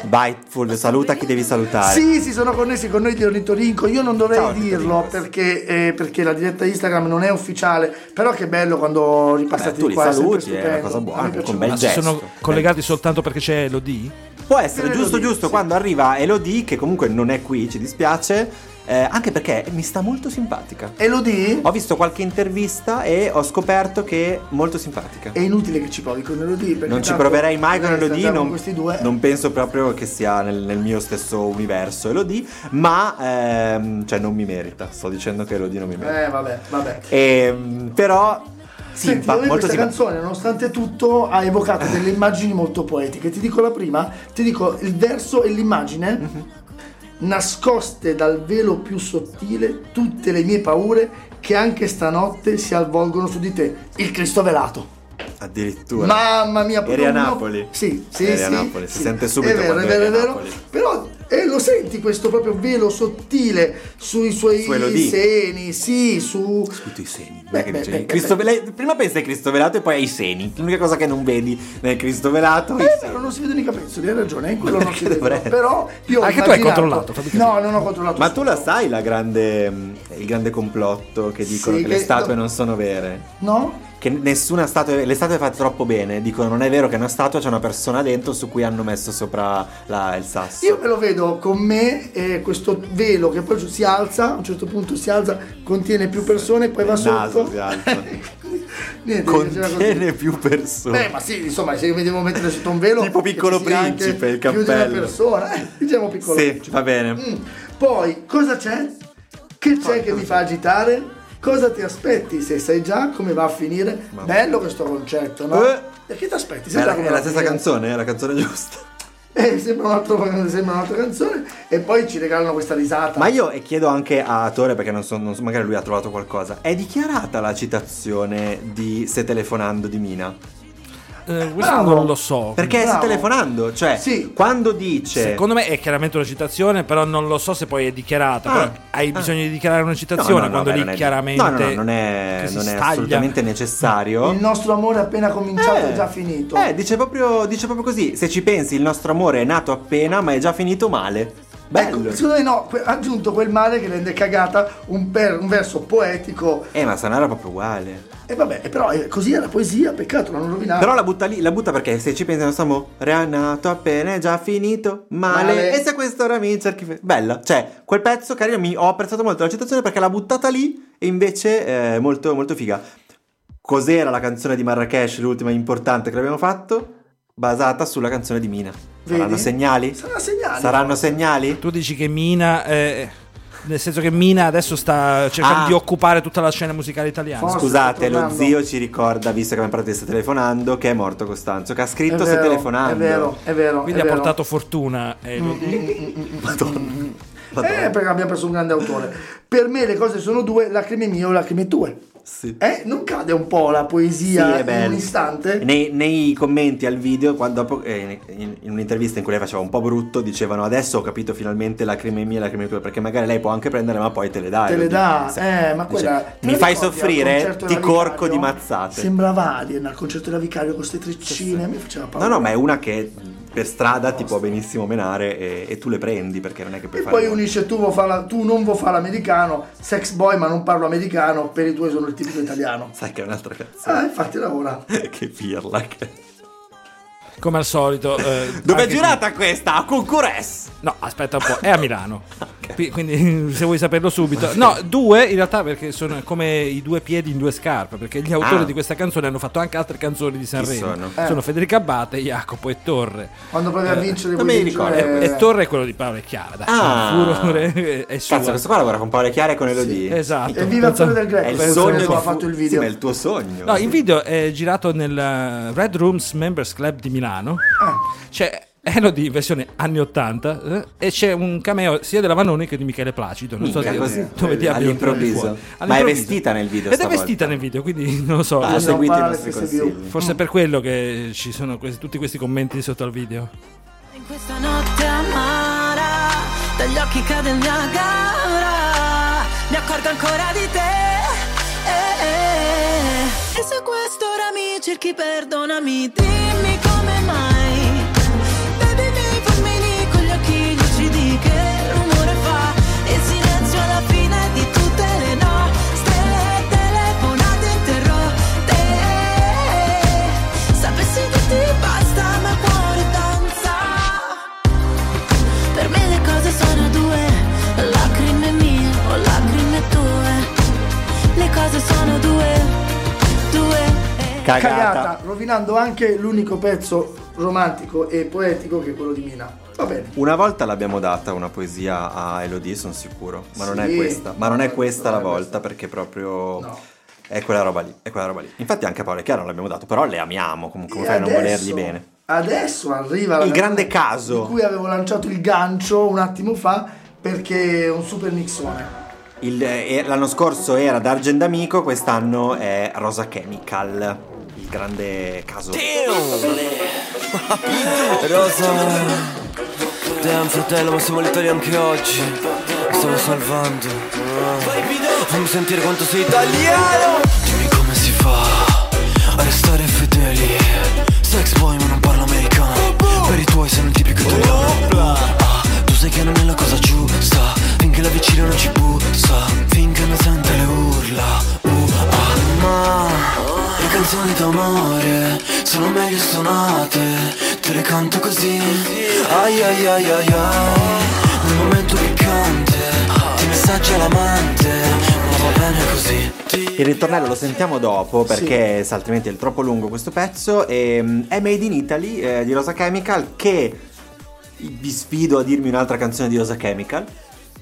S4: Biteful, saluta chi devi salutare.
S5: Sì, si sono connessi con noi di Ornitorinco. Io non dovrei
S4: Ciao,
S5: dirlo
S4: Ornitorinco.
S5: perché, eh, perché la diretta Instagram non è ufficiale. Però che bello quando
S4: Beh,
S5: ripassati
S4: tu
S5: di
S4: li
S5: qua. sempre
S4: saluti, è una
S5: stupendo.
S4: cosa buona,
S5: A me piace
S4: con bel
S5: molto.
S2: Ma si
S4: gesto.
S2: sono collegati soltanto perché c'è l'OD?
S4: Può essere
S5: Credo
S4: giusto,
S5: di-
S4: giusto,
S5: sì.
S4: quando arriva Elodie, che comunque non è qui, ci dispiace, eh, anche perché mi sta molto simpatica.
S5: Elodie?
S4: Ho visto qualche intervista e ho scoperto che è molto simpatica.
S5: È inutile che ci provi con Elodie. perché
S4: Non ci
S5: tanto
S4: proverei mai con
S5: noi
S4: Elodie,
S5: stangiamo
S4: non,
S5: questi due.
S4: non penso proprio che sia nel, nel mio stesso universo Elodie, ma ehm, cioè non mi merita, sto dicendo che Elodie non mi merita.
S5: Eh, vabbè, vabbè.
S4: Ehm, però
S5: Senti,
S4: simpa,
S5: a me
S4: molto
S5: questa
S4: simpatica.
S5: canzone, nonostante tutto, ha evocato delle immagini molto poetiche. Ti dico la prima, ti dico il verso e l'immagine.
S4: Mhm.
S5: Nascoste dal velo più sottile tutte le mie paure che anche stanotte si avvolgono su di te. Il Cristo velato.
S4: Addirittura.
S5: Mamma mia, proprio
S4: Eri a
S5: uno-
S4: Napoli?
S5: Sì, sì,
S4: Eri a
S5: sì,
S4: Napoli, si
S5: sì.
S4: sente subito
S5: È vero,
S4: quando
S5: è vero,
S4: eri
S5: è
S4: a
S5: vero.
S4: Napoli.
S5: Però eh, lo senti questo proprio velo sottile sui suoi
S4: Su Elodie.
S5: seni, sì, su
S4: Tutti i seni.
S5: Beh,
S4: Perché
S5: beh,
S4: dice-
S5: beh,
S4: Cristo-
S5: beh.
S4: lei- prima pensa ai Cristo velato e poi ai seni. L'unica cosa che non vedi nel Cristo velato è i
S5: Eh,
S4: seni.
S5: però non si vedono i capezzoli, hai ragione, in quello non si
S4: Perché
S5: vedono.
S4: dovrei?
S5: Però io ho
S2: Anche tu hai
S5: immaginato-
S2: controllato, fammi capire.
S5: No, non ho controllato.
S4: Ma tu la
S5: subito.
S4: sai la grande, mh, il grande complotto che dicono
S5: Sì,
S4: che, le
S5: che-
S4: statue
S5: no.
S4: non sono vere?
S5: No?
S4: Che nessuna statua, le statue fatte troppo bene, dicono non è vero che è una statua, c'è una persona dentro su cui hanno messo sopra la- il sasso.
S5: Io me lo vedo con me eh, questo velo che poi si alza, a un certo punto si alza, contiene più persone, poi va
S4: Il naso
S5: sotto.
S4: si alza.
S5: Niente, c'era così.
S4: Contiene più persone.
S5: Beh, ma sì, insomma, se io mi devo mettere sotto un velo
S4: Tipo
S5: che ci
S4: Piccolo
S5: sia anche
S4: Principe, il
S5: più di una
S4: cappello.
S5: persona, eh, diciamo piccolo
S4: sì,
S5: principe.
S4: va bene.
S5: Mm. Poi cosa c'è? Che c'è che ti fa agitare? Cosa ti aspetti se sai già come va a finire? Bello questo concetto, no?
S4: Eh.
S5: E che ti aspetti?
S4: È
S5: Sai
S4: la,
S5: già come
S4: è
S5: va
S4: la
S5: a
S4: stessa
S5: finire?
S4: canzone, è la canzone giusta.
S5: Eh, sembra, un altro- sembra un'altra canzone. E poi ci regalano questa risata.
S4: Ma io chiedo anche a Tore, perché non so, non so, magari lui ha trovato qualcosa. È dichiarata la citazione di Se telefonando di Mina?
S2: Eh, questo
S5: Bravo.
S2: non lo so.
S4: Perché è Se
S5: Oh, Bravo.
S4: telefonando, cioè
S5: Sì.
S4: quando dice...
S2: Secondo me è chiaramente una citazione, però non lo so se poi è dichiarata.
S4: Ah,
S2: però hai
S4: ah.
S2: bisogno di dichiarare una citazione quando
S4: beh,
S2: lì
S4: non è-
S2: chiaramente
S4: No, no, no, non è,
S2: che si
S4: non è
S2: staglia.
S4: assolutamente
S5: Il
S4: necessario.
S5: nostro amore appena cominciato è
S4: Eh.
S5: già finito.
S4: Eh, dice proprio, dice proprio così. Se ci pensi, il nostro amore è nato appena, ma è già finito male. Bello.
S5: Ecco, secondo me no, que- ha aggiunto quel male che rende cagata un, per- un verso poetico.
S4: eh, ma Sanara è proprio uguale.
S5: E vabbè, però eh, così è la poesia, peccato, l'hanno rovinata.
S4: Però la butta lì, la butta perché se ci pensi il nostro amore è nato appena, è già finito male.
S5: Male.
S4: E se questo ora mi cerchi... fe- Bella. Cioè, quel pezzo, carino, mi ho apprezzato molto la citazione perché l'ha buttata lì e invece è molto, molto figa. Cos'era la canzone di Marrakesh, l'ultima importante che abbiamo fatto? Basata sulla canzone di Mina. Saranno
S5: Vedi?
S4: segnali?
S5: Sarà segnale.
S4: Saranno segnali?
S2: Tu dici che Mina. eh, nel senso che Mina adesso sta cercando
S4: Ah.
S2: di occupare tutta la scena musicale italiana.
S5: Forse
S4: Scusate,
S5: sta
S4: lo
S5: tornando.
S4: zio ci ricorda, visto che abbiamo parlato di sta telefonando, che è morto Costanzo, che ha
S5: È
S4: scritto
S5: vero,
S4: sta telefonando.
S5: È vero, è vero.
S2: Quindi
S5: è
S2: ha
S5: vero. Mm.
S2: portato fortuna. eh, lo dico.
S4: Madonna.
S5: Eh, perché abbiamo perso un grande autore. Per me le cose sono due, lacrime mie o lacrime tue.
S4: Sì.
S5: Eh, non cade un po' la
S4: Sì,
S5: poesia
S4: è
S5: in
S4: bello.
S5: un istante?
S4: Nei, nei commenti al video, qua- dopo, eh, in, in un'intervista in cui lei faceva un po' brutto, dicevano adesso ho capito finalmente lacrime mie e lacrime tue, perché magari lei può anche prendere, ma poi te le dà.
S5: Te le
S4: Elodie.
S5: dà,
S4: Sì.
S5: eh, ma
S4: Dice,
S5: quella. te
S4: mi
S5: la
S4: fai
S5: ricordi al
S4: soffrire,
S5: concerto
S4: ti
S5: della
S4: corco di
S5: Vicario?
S4: mazzate.
S5: Sembrava Alien al concerto della Vicario con ste treccine, mi faceva paura.
S4: No, no, ma è una che per strada ti può benissimo menare e, e tu le prendi perché non è che puoi
S5: E
S4: fare.
S5: poi
S4: molto.
S5: unisce tu, vuoi fa la- tu non vuoi fare l'americano, sex boy ma non parlo americano, per i tuoi sono il tipico italiano.
S4: Sai che è un'altra canzone.
S5: Ah, infatti lavora.
S4: che pirla che...
S2: Come al solito. eh,
S4: Dove è
S2: anche
S4: girata questa? A Concures!
S2: No, aspetta un po', è a Milano. Qui- Quindi se vuoi saperlo subito. No, due in realtà perché sono come i due piedi in due scarpe, perché gli autori
S4: Ah.
S2: di questa canzone hanno fatto anche altre canzoni di Sanremo.
S4: sono?
S5: Eh.
S2: Federica Abate, Jacopo e Torre.
S5: Quando provi a vincere
S4: Eh, non
S5: vuoi
S4: me li ricordo.
S5: vincere- eh,
S2: E Torre è quello di Paolo e Chiara. dai, Ah. il furore è suo.
S4: Ah. Cazzo, questo qua lavora con Paolo Chiara e con Elodie.
S2: Esatto.
S5: Evviva il Torre del Greco.
S4: È il
S5: penso
S4: sogno
S5: che tu
S4: di
S5: ha fatto il video.
S4: Sì, ma è il tuo sogno.
S2: No, il video è girato nel eh, Red Rooms Members Club di Milano.
S4: Ah.
S2: C'è Elodie in versione anni 80 eh, e c'è un cameo sia della Vanoni che di Michele Placido. Non
S4: Minchia,
S2: so se
S4: così,
S2: dove ti abbiano tirato
S4: all'improvviso.
S2: fuori.
S4: Ma è vestita nel video Ah.
S2: Ed è
S4: stavolta.
S2: vestita nel video, quindi non lo so.
S4: ha
S5: non
S4: seguito i
S5: fare
S4: nostri
S5: le stesse view.
S4: consigli.
S2: Forse è per quello che ci sono questi- tutti questi commenti sotto al video.
S7: In questa notte amara, dagli occhi cade il Niagara, mi accorgo ancora di te. eh, eh. E se quest'ora mi cerchi, perdonami, dimmi come mai. Baby, mi fammi
S4: Cagata.
S5: cagata, rovinando anche l'unico pezzo romantico e poetico che è quello di Mina. Va bene.
S4: Una volta l'abbiamo data una poesia a Elodie, sono sicuro, ma non è
S5: Sì.
S4: questa. Ma non è questa
S5: Non
S4: la
S5: è
S4: volta perché proprio
S5: No.
S4: è quella roba lì, è quella roba lì. Infatti anche a Paola e Chiara non l'abbiamo dato, però le amiamo, comunque come fai a non volergli
S5: adesso-
S4: bene?
S5: Adesso arriva
S4: Il
S5: canzone
S4: grande caso.
S5: di cui avevo lanciato il gancio un attimo fa perché è un super mixone.
S4: Il- eh, l'anno scorso era Dargen D'Amico, quest'anno è Rosa Chemical, il grande caso.
S9: Rosa Damn fratello ma siamo all'Italia anche oggi Mi stavo salvando Fammi sentire quanto sei italiano Dimmi come si fa a restare fedeli Sex boy ma non parla americano Per i tuoi sei un tipico italiano Ah, Tu sai che non è la cosa giusta Finché la vicina non ci bussa Finché non sente le urla uh, ah. Ma le canzoni d'amore sono meglio suonate Te le canto così Ai ai ai ai ai Nel momento piccante Ti messaggio all'amante Ma va bene così
S4: Il ritornello lo sentiamo dopo perché se altrimenti è troppo lungo questo pezzo. E, mm, è Made in Italy eh, di Rosa Chemical che vi sfido a dirmi un'altra canzone di Rosa Chemical.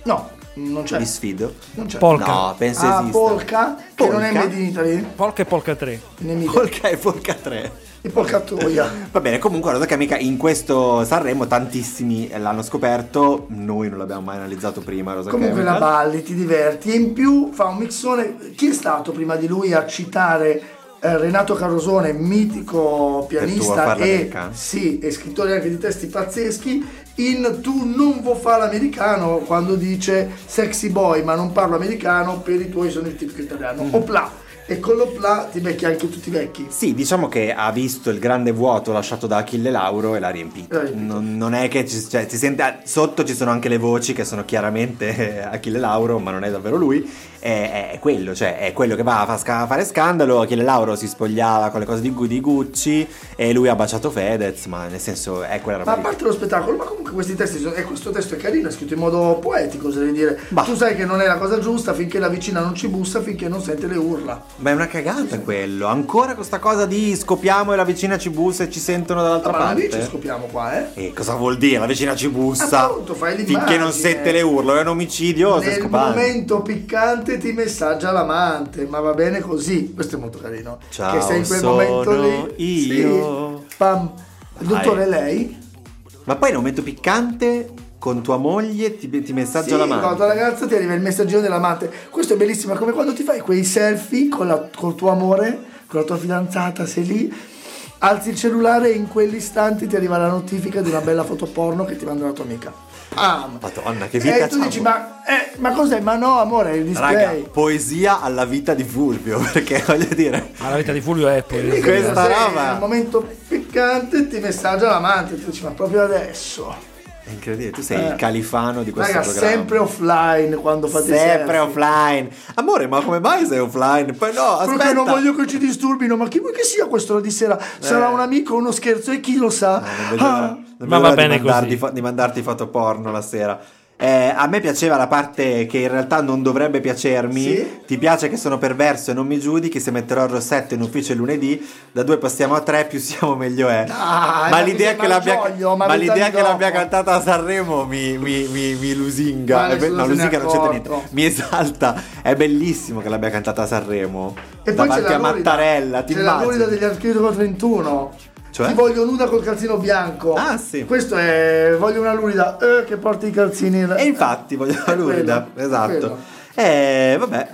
S5: No, non c'è.
S4: Vi sfido.
S5: Non c'è.
S2: Polka.
S4: No, penso
S5: Cioè. Ah,
S4: esista.
S5: Polka, che non è
S4: Polka?
S5: Made in Italy, eh,
S2: Polka e Polka 3.
S5: nemica.
S4: Polka e Polka 3.
S5: e Polka Troia.
S4: Va bene, comunque Rosa Chemica in questo Sanremo tantissimi l'hanno scoperto, noi non l'abbiamo mai analizzato prima Rosa
S5: Comunque la
S4: Chemical.
S5: balli, ti diverti e in più fa un mixone. Chi è stato prima di lui a citare eh, Renato Carosone, mitico pianista
S4: farla
S5: e,
S4: americana.
S5: sì, e scrittore anche di testi pazzeschi, in Tu non vuoi fare l'americano quando dice sexy boy ma non parlo americano, per i tuoi sono il tipico italiano. Opla! E con l'opla ti becchi anche tutti i vecchi.
S4: Sì, diciamo che ha visto il grande vuoto lasciato da Achille Lauro e l'ha riempito.
S5: L'ha riempito.
S4: Non, non è che ci, cioè, si sente ah, sotto ci sono anche le voci che sono chiaramente eh, Achille Lauro, ma non è davvero lui. È, è quello, cioè è quello che va a fa sca- fare scandalo. Achille Lauro si spogliava con le cose di, Gu- di Gucci e lui ha baciato Fedez, ma nel senso è quella roba
S5: Ma a
S4: lì.
S5: parte lo spettacolo, ma comunque questi testi sono, e questo testo è carino, è scritto in modo poetico, oserei dire.
S4: Bah.
S5: Tu sai che non è la cosa giusta finché la vicina non ci bussa, finché non sente le urla.
S4: Ma è una cagata quello. Ancora questa cosa di scopiamo e la vicina ci bussa e ci sentono dall'altra
S5: Ma non lì ci
S4: parte.
S5: scopiamo qua, eh?
S4: E cosa vuol dire? La vicina ci bussa.
S5: Appunto, fai l'immagine.
S4: finché non sente le urla, è un omicidio, stai
S5: Nel
S4: scopando.
S5: momento piccante ti messaggia l'amante, ma va bene così. Questo è molto carino.
S4: Ciao,
S5: che sei in quel
S4: sono
S5: momento lì.
S4: io.
S5: Sì. Pam. Il
S4: Dai.
S5: dottore, lei?
S4: Ma poi in un momento piccante con tua moglie ti, ti
S5: Sì,
S4: messaggio alla mano.
S5: quando la ragazza ti arriva il messaggino dell'amante. Questo è bellissimo, è come quando ti fai quei selfie con, la- col tuo amore, con la tua fidanzata, sei lì, alzi il cellulare e in quell'istante ti arriva la notifica di una bella foto porno che ti manda la tua amica. Pam.
S4: Madonna, che vita
S5: E tu
S4: c'ha,
S5: dici,
S4: amore.
S5: ma, eh, ma cos'è? Ma no, amore, è il
S4: Raga,
S5: display.
S4: poesia alla vita di Fulvio, perché voglio dire.
S2: Ma la vita di Fulvio è
S5: E lì
S2: poi.
S4: Questa
S5: quando sei
S4: roba.
S5: Nel momento piccante ti messaggia l'amante, tu dici ma proprio adesso.
S4: È incredibile, tu sei
S5: Eh.
S4: il califano di questo
S5: Raga,
S4: programma.
S5: sempre offline quando fate i
S4: Sempre
S5: selfie.
S4: offline. Amore, ma come mai sei offline? Poi no, aspetta.
S5: Perché non voglio che ci disturbino, ma chi vuoi che sia quest'ora di sera? Sarà un amico, uno scherzo e chi lo sa?
S4: Eh. Non vedo l'ora-
S5: Ah.
S4: non vedo
S2: Ma va
S4: l'ora
S2: bene
S4: di mandarti,
S2: così.
S4: fo- di mandarti foto porno la sera. Eh, a me piaceva la parte che in realtà non dovrebbe piacermi.
S5: Sì.
S4: Ti piace che sono perverso e non mi giudichi se metterò il rossetto in ufficio il lunedì. Da due passiamo a tre, più siamo meglio è.
S5: Ah, Dai,
S4: ma
S5: ma
S4: l'idea
S5: mi
S4: che, l'abbia,
S5: mangioglio, ma
S4: ma l'idea
S5: vent'anni
S4: che l'abbia
S5: dopo.
S4: cantata a Sanremo mi, mi- mi- mi lusinga.
S5: Ma
S4: Eh, beh,
S5: nessuno
S4: no,
S5: se n'è
S4: lusinga non c'entra niente.
S5: accorto.
S4: Mi esalta. È bellissimo che l'abbia cantata a Sanremo.
S5: E poi c'è
S4: davanti
S5: la
S4: a
S5: Lurida.
S4: Mattarella. Ti
S5: C'è la Lurida
S4: immagini?
S5: degli Archivio 31.
S4: Cioè?
S5: Ti voglio nuda col calzino bianco.
S4: Ah, sì.
S5: Questo è voglio una Lurida eh, che porti i calzini.
S4: E infatti, voglio la
S5: quello,
S4: lurida,
S5: è
S4: esatto.
S5: quello.
S4: Eh, vabbè.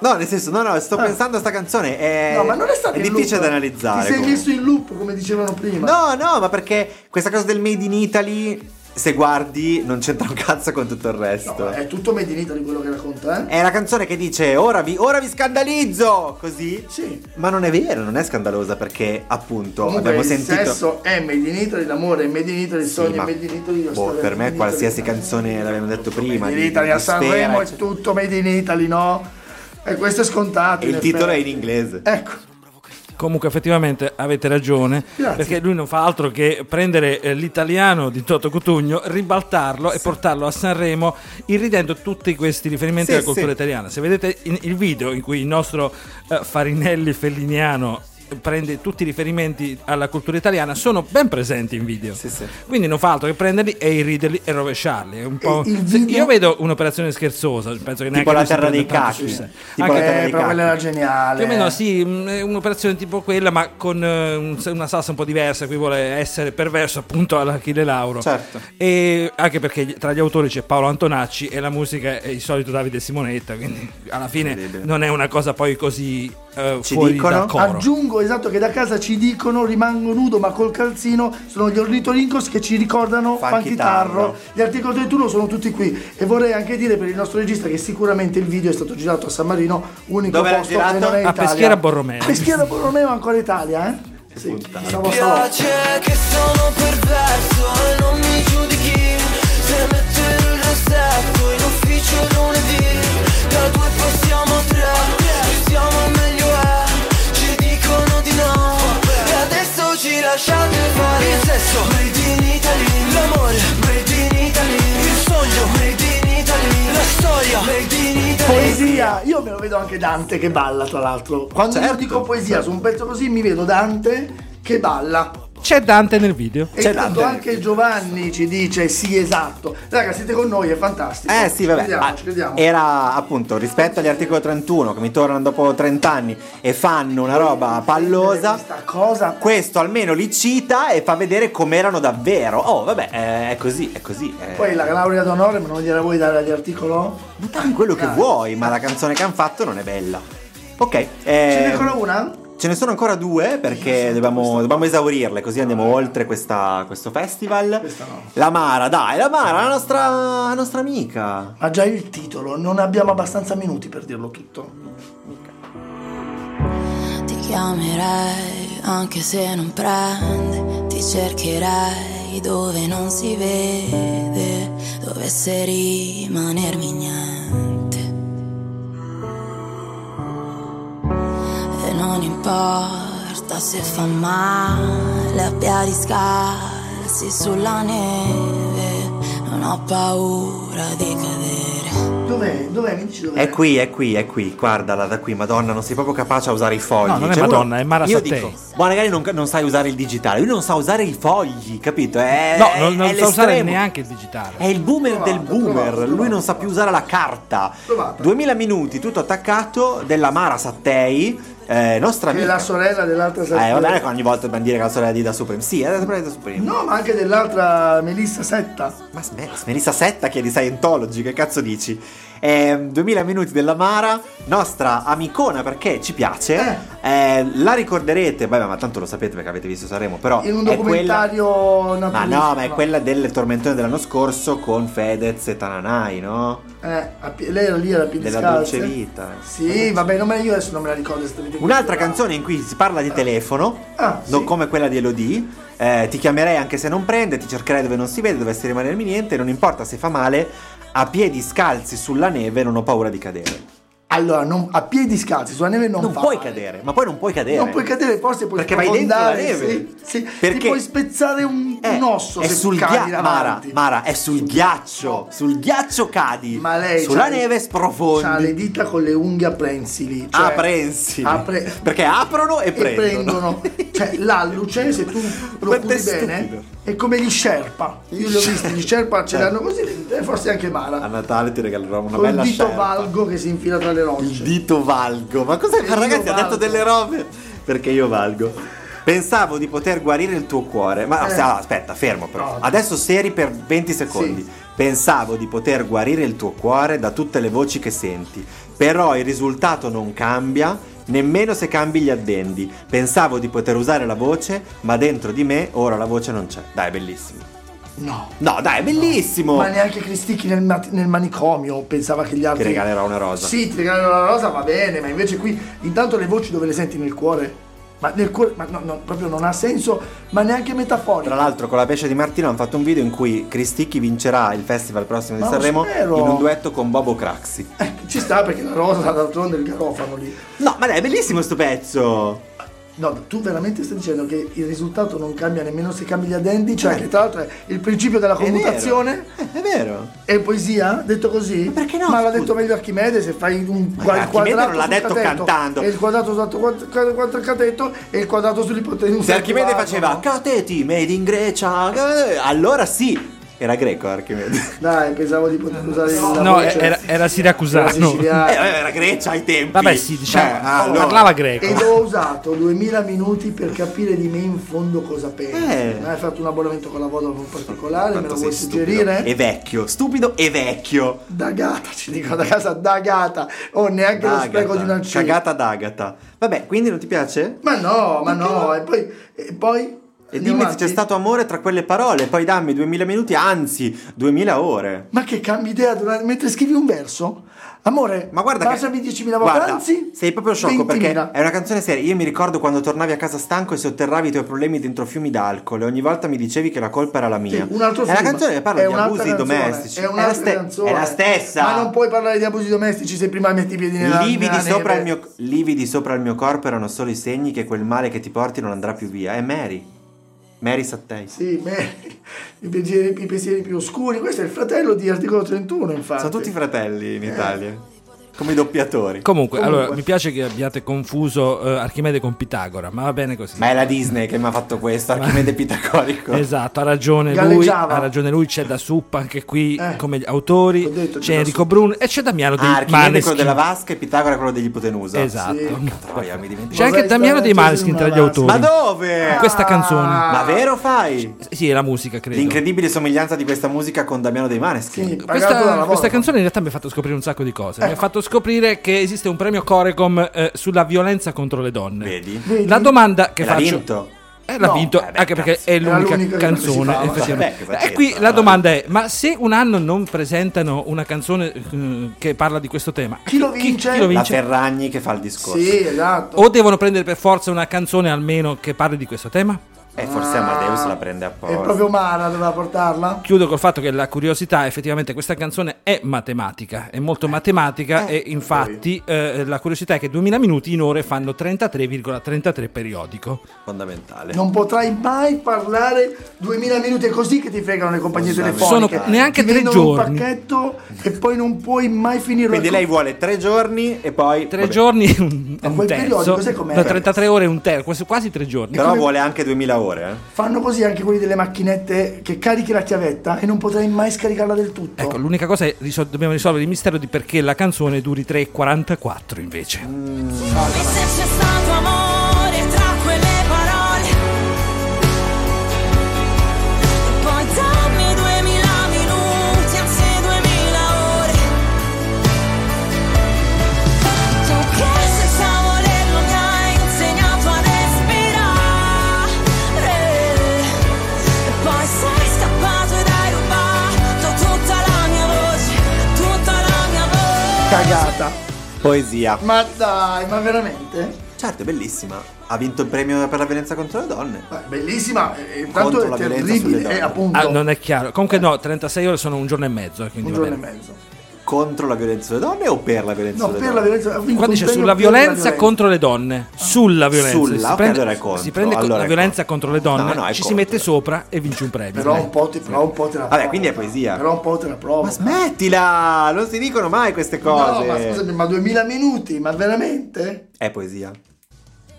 S4: No, nel senso, no, no, sto pensando a sta canzone. È,
S5: Ah. No, ma non è
S4: è
S5: stato in
S4: difficile
S5: loop.
S4: da analizzare.
S5: Ti sei
S4: comunque.
S5: messo in loop, come dicevano prima.
S4: No, no, ma perché questa cosa del Made in Italy, se guardi, non c'entra un cazzo con tutto il resto.
S5: No, è tutto Made in Italy quello che racconta, eh?
S4: È la canzone che dice ora vi, ora vi scandalizzo! Così.
S5: Sì.
S4: Ma non è vero, non è scandalosa perché, appunto,
S5: Comunque
S4: abbiamo
S5: il
S4: sentito.
S5: sesso è Made in Italy, l'amore è Made in Italy, il
S4: Sì,
S5: sogno
S4: ma-
S5: è Made in Italy. la
S4: boh,
S5: storia è
S4: per
S5: Made
S4: me
S5: in
S4: qualsiasi
S5: Italy.
S4: canzone, l'abbiamo detto prima,
S5: Made in
S4: di-
S5: Italy,
S4: di
S5: a Sanremo è
S4: sfera,
S5: tutto Made in Italy, no? E questo è scontato.
S4: E il
S5: in
S4: titolo è
S5: effetti.
S4: in inglese.
S5: Ecco,
S2: Comunque, effettivamente avete ragione.
S5: Grazie.
S2: Perché lui non fa altro che prendere eh, l'italiano di Toto Cotugno, ribaltarlo e portarlo a Sanremo, irridendo tutti questi riferimenti
S4: Sì,
S2: alla cultura
S4: sì.
S2: italiana. Se vedete in- il video in cui il nostro eh, Farinelli Felliniano eh, prende tutti i riferimenti alla cultura italiana sono ben presenti in video
S4: Sì, sì.
S2: quindi non fa altro che prenderli e irriderli e rovesciarli È un po'-
S5: E il
S2: se-
S5: video-
S2: io vedo un'operazione scherzosa penso che neanche
S4: la
S2: lui si
S4: terra
S2: prenda
S4: dei
S2: tanto sul
S4: cachi.
S2: serio.
S4: Tipo
S2: Anche-
S4: la terra
S5: Eh,
S4: dei
S5: però
S4: cacchi.
S5: quella era
S2: più
S5: geniale.
S2: o meno sì, mh, è un'operazione tipo quella, ma con eh, un- una salsa un po' diversa. Qui vuole essere perverso appunto all'Achille Lauro.
S4: Certo.
S2: E anche perché gli- tra gli autori c'è Paolo Antonacci e la musica è il solito Davide Simonetta. Quindi alla fine
S4: Incredibile.
S2: non è una cosa poi così eh,
S4: Ci
S2: fuori
S4: dicono?
S2: da coro.
S5: Aggiungo esatto che da casa ci dicono rimango nudo ma col calzino sono gli ornitolincos che ci ricordano
S4: Funky
S5: Funky Tarro.
S4: Tarro.
S5: Gli articoli 31 sono tutti qui e vorrei anche dire per il nostro regista che sicuramente il video è stato girato a San Marino, unico
S4: Dove l'ha
S5: posto che
S4: girato?
S5: non è in
S2: A
S5: Italia.
S2: Peschiera Borromeo.
S5: Peschiera Borromeo ancora Italia, eh? Sì,
S4: puttana.
S5: stavo, stavo.
S9: piace che sono perverso e non mi giudichi Se metto il rossetto in ufficio lunedì Da due passiamo a tre, ci siamo al meglio è Ci dicono di no e adesso ci lasciate fare Il sesso, made in Italy L'amore, made in Italy Il sogno, made in Italy La storia, made in Italy
S5: Poesia, io me lo vedo anche Dante che balla tra l'altro. Quando io
S4: Certo.
S5: dico poesia su un pezzo così mi vedo Dante che balla.
S2: C'è Dante nel video.
S5: E
S4: C'è
S5: intanto
S4: Dante.
S5: anche Giovanni ci dice sì esatto. Raga, siete con noi, è fantastico.
S4: Eh sì, vabbè,
S5: Crediamoci,
S4: ah,
S5: crediamo.
S4: era appunto rispetto agli articoli 31 che mi tornano dopo 30 anni e fanno una roba pallosa.
S5: Questa cosa
S4: Questo almeno li cita e fa vedere com'erano davvero. Oh, vabbè, eh, è così, è così. eh.
S5: poi la laurea d'onore, ma non gliela vuoi dare agli articolo?
S4: Ma dai quello che
S5: Dai.
S4: vuoi, ma la canzone che hanno fatto non è bella. Ok, eh,
S5: Ce n'è ancora una?
S4: Ce ne sono ancora due perché dobbiamo, dobbiamo esaurirle, così andiamo oltre questa- questo festival.
S5: Questa no.
S4: La Mara, dai, la Mara, la nostra, la nostra amica.
S5: Ma già il titolo, non abbiamo abbastanza minuti per dirlo tutto.
S7: Ti chiamerei anche se non prende, ti cercherei dove non si vede, dovesse rimanermi niente. E non importa se fa male, abbia scalzi sulla neve, non ho paura di cadere.
S5: Dov'è? Dov'è? Mi dici dov'è?
S4: È qui, è qui, è qui, guardala da qui, Madonna, non sei proprio capace a usare i fogli. Cioè,
S2: No, non è
S4: uno-
S2: Madonna, è Mara
S4: Io
S2: Sattei.
S4: dico, ma magari non, non sai usare il digitale, lui non sa usare i fogli, capito? È,
S2: No, non, non
S4: Eh, è
S2: sa usare
S4: l'estremo.
S2: neanche il digitale.
S4: È il boomer
S5: Provate,
S4: del boomer,
S5: provate,
S4: lui
S5: provate.
S4: non sa più usare la carta.
S5: Provate.
S4: 2000 minuti, tutto attaccato, della Mara Sattei, eh, nostra
S5: Che è
S4: amica.
S5: la sorella dell'altra
S4: Eh,
S5: sorella.
S4: vabbè, non è che ogni volta dobbiamo dire che la sorella di Da Supreme. Sì, è la sorella di Da Supreme.
S5: No, ma anche dell'altra Melissa Setta.
S4: Ma sm- Melissa Setta che è di Scientology, che cazzo dici? Eh, 2000 minuti della Mara, nostra amicona perché ci piace. Eh, la ricorderete, vabbè, ma tanto lo sapete perché avete visto Sanremo, però
S5: In un
S4: è quella
S5: documentario
S4: Ma
S5: naturalistico.
S4: no, ma è quella del tormentone dell'anno scorso con Fedez e Tananai, no?
S5: Eh, a pie- lei era lì alla piedi
S4: Della
S5: scalze.
S4: Dolce Vita.
S5: Sì, vabbè, non me, io adesso non me la ricordo. esattamente.
S4: Un'altra canzone in cui si parla di telefono,
S5: Ah,
S4: non
S5: sì.
S4: come quella di Elodie. eh, ti chiamerei anche se non prende, ti cercherei dove non si vede, dovessi rimanermi niente, non importa se fa male, a piedi scalzi sulla neve non ho paura di cadere.
S5: Allora, non- a piedi scalzi, sulla neve non,
S4: Non
S5: fa
S4: puoi
S5: male.
S4: cadere, ma poi non puoi cadere.
S5: Non puoi cadere, forse puoi
S4: Perché vai dentro la
S5: sprofondare,
S4: neve.
S5: Sì, sì.
S4: Perché-
S5: Ti puoi spezzare un,
S4: Eh,
S5: un osso
S4: è
S5: se
S4: sul
S5: cadi
S4: ghiaccio, Mara,
S5: davanti.
S4: Mara, è sul ghiaccio, sul ghiaccio cadi.
S5: Ma lei
S4: sulla
S5: c'ha le-
S4: neve sprofondi.
S5: C'ha le dita con le unghie a prensili. Cioè,
S4: Aprensi.
S5: apre-
S4: Ah, Perché aprono e,
S5: e prendono. cioè, l'alluce, se tu lo
S4: Quanto è
S5: curi bene,
S4: stupido.
S5: è come gli sherpa. Io li ho visti, gli sherpa ce
S4: Eh.
S5: l'hanno così, e forse anche
S4: A
S5: Mara.
S4: Natale ti regalerò una
S5: Col
S4: bella
S5: dito
S4: sciarpa.
S5: valgo che si infila tra le
S4: Il
S5: rocce.
S4: dito valgo. Ma cosa
S5: Perché io
S4: ragazzi ha detto
S5: valgo.
S4: delle robe? Perché io valgo. Pensavo di poter guarire il tuo cuore. Ma
S5: Eh.
S4: se- ah, aspetta, fermo però.
S5: No.
S4: Adesso seri per 20 secondi.
S5: Sì.
S4: Pensavo di poter guarire il tuo cuore da tutte le voci che senti. Però il risultato non cambia, nemmeno se cambi gli addendi. Pensavo di poter usare la voce, ma dentro di me ora la voce non c'è. Dai, bellissimo.
S5: No.
S4: No, dai, è bellissimo.
S5: Ma neanche Cristicchi nel, mat- nel manicomio pensava che gli altri.
S4: Ti regalerò una rosa.
S5: Sì, ti regalerò la rosa, va bene, ma invece qui intanto le voci dove le senti nel cuore? Ma nel cuore, ma no, no, proprio non ha senso, ma neanche metaforico.
S4: Tra l'altro con la pesce di Martino hanno fatto un video in cui Cristicchi vincerà il festival prossimo di
S5: Ma lo
S4: Sanremo
S5: spero.
S4: in un duetto con Bobo Craxi.
S5: Eh, ci sta perché la rosa d'altronde è il garofano lì.
S4: No, ma dai, è bellissimo sto pezzo!
S5: No, tu veramente stai dicendo che il risultato non cambia nemmeno se cambi gli addendi, cioè che tra l'altro è il principio della
S4: vero.
S5: commutazione
S4: Eh, è vero.
S5: è poesia? Detto così? Ma
S4: perché no,
S5: Ma l'ha
S4: scusa.
S5: detto meglio Archimede se fai un qua-
S4: Archimede
S5: quadrato
S4: non l'ha
S5: sul
S4: detto
S5: cateto,
S4: cantando.
S5: E il quadrato sotto quatt- quatt- quattro cateto e il quadrato sull'ipotenusa.
S4: Se Archimede
S5: quadrato,
S4: faceva
S5: no?
S4: cateti made in Grecia, eh, allora sì. Era greco Archimede.
S5: Dai, pensavo di poter usare il cioè
S2: No, era, era siracusano.
S4: Eh, era Grecia ai tempi.
S2: Vabbè, sì, diciamo,
S4: Eh, allora.
S2: parlava greco.
S5: Ed ho usato 2000 minuti per capire di me in fondo cosa pensi.
S4: Eh.
S5: Non hai fatto un abbonamento con la Vodafone particolare, me
S4: Quanto
S5: lo
S4: sei
S5: vuoi
S4: stupido
S5: suggerire?
S4: E vecchio, stupido e vecchio.
S5: Dagata, ci dicono da casa, dagata. Oh, neanche lo spreco di una C.
S4: cagata d'Agata. Vabbè, quindi non ti piace?
S5: Ma no, ma no, e poi... E poi...
S4: E
S5: andiamo
S4: dimmi se c'è
S5: avanti.
S4: stato amore tra quelle parole, poi dammi 2000 minuti, anzi 2000 ore.
S5: Ma che cambi idea durante- mentre scrivi un verso? Amore,
S4: Ma guarda
S5: passami
S4: che
S5: 10.000
S4: guarda,
S5: vacanzi.
S4: sei proprio sciocco
S5: 20.000.
S4: perché è una canzone seria. Io mi ricordo quando tornavi a casa stanco e sotterravi i tuoi problemi dentro fiumi d'alcol e ogni volta mi dicevi che la colpa era la
S5: Sì,
S4: mia.
S5: un altro
S4: è
S5: film.
S4: una canzone che parla
S5: È
S4: di
S5: un'altra
S4: abusi
S5: canzone,
S4: domestici.
S5: È, un'altra
S4: la ste-
S5: canzone.
S4: è la stessa.
S5: Ma non puoi parlare di abusi domestici se prima metti i piedi nella
S4: Lividi
S5: nella
S4: sopra,
S5: neve.
S4: il mio, lividi sopra il mio corpo erano solo i segni che quel male che ti porti non andrà più via. È Mary. Mary Sattei.
S5: Sì, me- i, pensieri, i pensieri più oscuri. Questo è il fratello di articolo 31, infatti.
S4: Sono tutti fratelli in Italia. Come i doppiatori.
S2: Comunque, allora,
S5: Comunque.
S2: mi piace che abbiate confuso eh, Archimede con Pitagora, ma va bene così.
S4: Ma è la Disney che mi ha fatto questo, Archimede Pitagorico.
S2: Esatto, ha ragione lui,
S5: Ecco. Galleggiava.
S2: ha ragione lui, c'è da Suppa anche qui
S5: Eh,
S2: come gli autori,
S5: ho detto, c'è
S2: c'è
S5: Da
S2: Enrico Brun e c'è Damiano dei
S4: Ah, Archimede è quello
S2: Maneskin.
S4: della vasca e Pitagora è quello degli ipotenusa.
S2: Esatto.
S5: Sì.
S4: Troia, mi dimentico.
S2: C'è anche
S5: Vorrei
S2: Damiano dei
S5: stare a Gesù
S2: Maneskin tra gli
S5: nella vasca.
S2: autori.
S4: Ma dove?
S2: In Ah, questa canzone.
S4: Ma vero fai?
S2: Sì, è la musica, credo.
S4: L'incredibile somiglianza di questa musica con Damiano dei Maneskin.
S5: Sì, pagato dalla
S2: Questa,
S5: Vodafone. Ecco.
S2: questa canzone in realtà mi ha fatto scoprire un sacco di cose. Mi ha fatto scoprire che esiste un premio Corecom eh, sulla violenza contro le donne.
S4: Vedi?
S2: La domanda che
S4: E l'ha
S2: faccio...
S4: vinto.
S2: Eh, l'ha
S5: No,
S2: vinto
S4: eh beh,
S2: anche perché
S4: cazzo.
S2: è
S5: Era
S2: l'unica,
S5: l'unica che
S2: canzone.
S5: partecipava.
S2: effettivamente.
S4: Vabbè, che
S2: e qui
S4: pazienza,
S2: la
S4: dai.
S2: domanda è: ma se un anno non presentano una canzone eh, che parla di questo tema,
S5: Chi lo vince?
S2: chi lo
S4: La
S2: vince?
S4: Ferragni che fa il discorso.
S5: Sì, esatto.
S2: O devono prendere per forza una canzone almeno che parli di questo tema?
S4: E forse Amadeus la
S2: Ah,
S4: prende apposta.
S5: È proprio Mara doveva portarla?
S2: Chiudo col fatto che la curiosità, effettivamente, questa canzone è matematica, è
S5: Eh.
S2: molto matematica e infatti eh, la curiosità è che 2000 minuti in ore fanno 33,33 periodico.
S4: Fondamentale.
S5: Non potrai mai parlare 2000 minuti è così che ti fregano le compagnie
S4: Assolutamente.
S5: telefoniche.
S2: Sono neanche
S5: ti
S2: tre
S5: vendono
S2: giorni.
S5: un pacchetto e poi non puoi mai finire
S4: Quindi
S5: la
S4: lei vuole tre giorni e poi...
S2: Tre
S4: vabbè.
S2: giorni, un,
S5: Ma
S2: un
S5: quel
S2: terzo,
S5: periodico, sai com'è?
S2: da 33 ore e un terzo, quasi- quasi tre giorni.
S4: Però vuole anche 2000 ore. eh.
S5: Fanno così anche quelli delle macchinette che carichi la chiavetta e non potrai mai scaricarla del tutto.
S2: Ecco, l'unica cosa è risol- dobbiamo risolvere il mistero di perché la canzone duri 3,44 invece.
S7: E se c'è stato amore tra quelle parole E poi dammi duemila minuti, anzi duemila ore Tu che senza volerlo mi hai insegnato ad respirare E poi sei scappato ed hai rubato tutta la mia voce Tutta la mia voce
S5: Cagata.
S4: Poesia.
S5: Ma dai, ma veramente?
S4: Certo, è bellissima. Ha vinto il premio per la violenza contro le donne.
S5: Beh, Bellissima, eh, intanto
S4: Contro
S5: è
S4: la violenza sulle
S5: terribile,
S4: donne.
S5: eh, appunto.
S2: Ah, non è chiaro. Comunque no, 36 ore sono un giorno e mezzo. eh, Quindi
S5: un
S2: va
S5: giorno e
S2: bene.
S5: mezzo.
S4: Contro la violenza sulle donne o per la violenza
S5: No,
S4: sulle
S5: per la
S4: donne?
S5: violenza. ha vinto
S2: Qua
S5: un
S2: dice
S5: premio
S2: sulla
S5: per la
S2: violenza contro le donne. Sulla violenza.
S4: Sulla,
S2: si
S4: ok,
S2: prende,
S4: allora è contro,
S2: si prende con
S4: allora
S2: la
S4: è
S2: violenza contro le donne,
S4: No, no, è
S2: ci si
S4: contro.
S2: mette sopra e vince un premio.
S5: Però un po' te, però un po' te la
S4: Vabbè,
S5: provo.
S4: quindi è poesia.
S5: Però un po' te la provo.
S4: Ma smettila! Non si dicono mai queste
S5: No,
S4: cose.
S5: ma scusami, ma 2000 minuti, ma veramente?
S4: È poesia.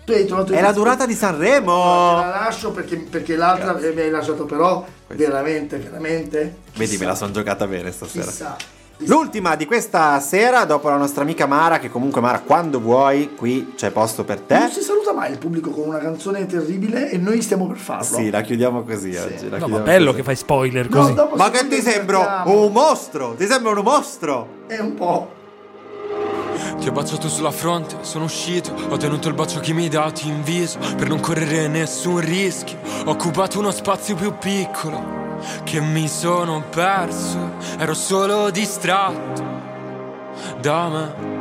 S5: Tu hai trovato il
S4: È la
S5: disco-
S4: durata di
S5: No,
S4: Sanremo.
S5: Te la lascio perché, perché l'altra eh, mi hai lasciato però veramente, veramente.
S4: Vedi, me la sono giocata bene stasera.
S5: Chissà.
S4: L'ultima di questa sera, dopo la nostra amica Mara, che comunque Mara, quando vuoi, qui c'è posto per
S5: Non
S4: te.
S5: si saluta mai il pubblico con una canzone terribile e noi stiamo per farlo.
S4: Sì, la chiudiamo così oggi.
S2: No, ma
S4: la chiudiamo
S2: bello
S4: così.
S2: che fai spoiler
S5: No,
S2: così.
S5: dopo
S4: Ma
S5: se
S4: che
S5: ci
S4: ti Oh. sembro
S5: divertiamo,
S4: un mostro? Ti sembro un mostro?
S5: È un po'.
S10: Ti ho baciato sulla fronte, sono uscito, ho tenuto il bacio che mi hai dato in viso per non correre nessun rischio. Ho occupato uno spazio più piccolo che mi sono perso, ero solo distratto da me.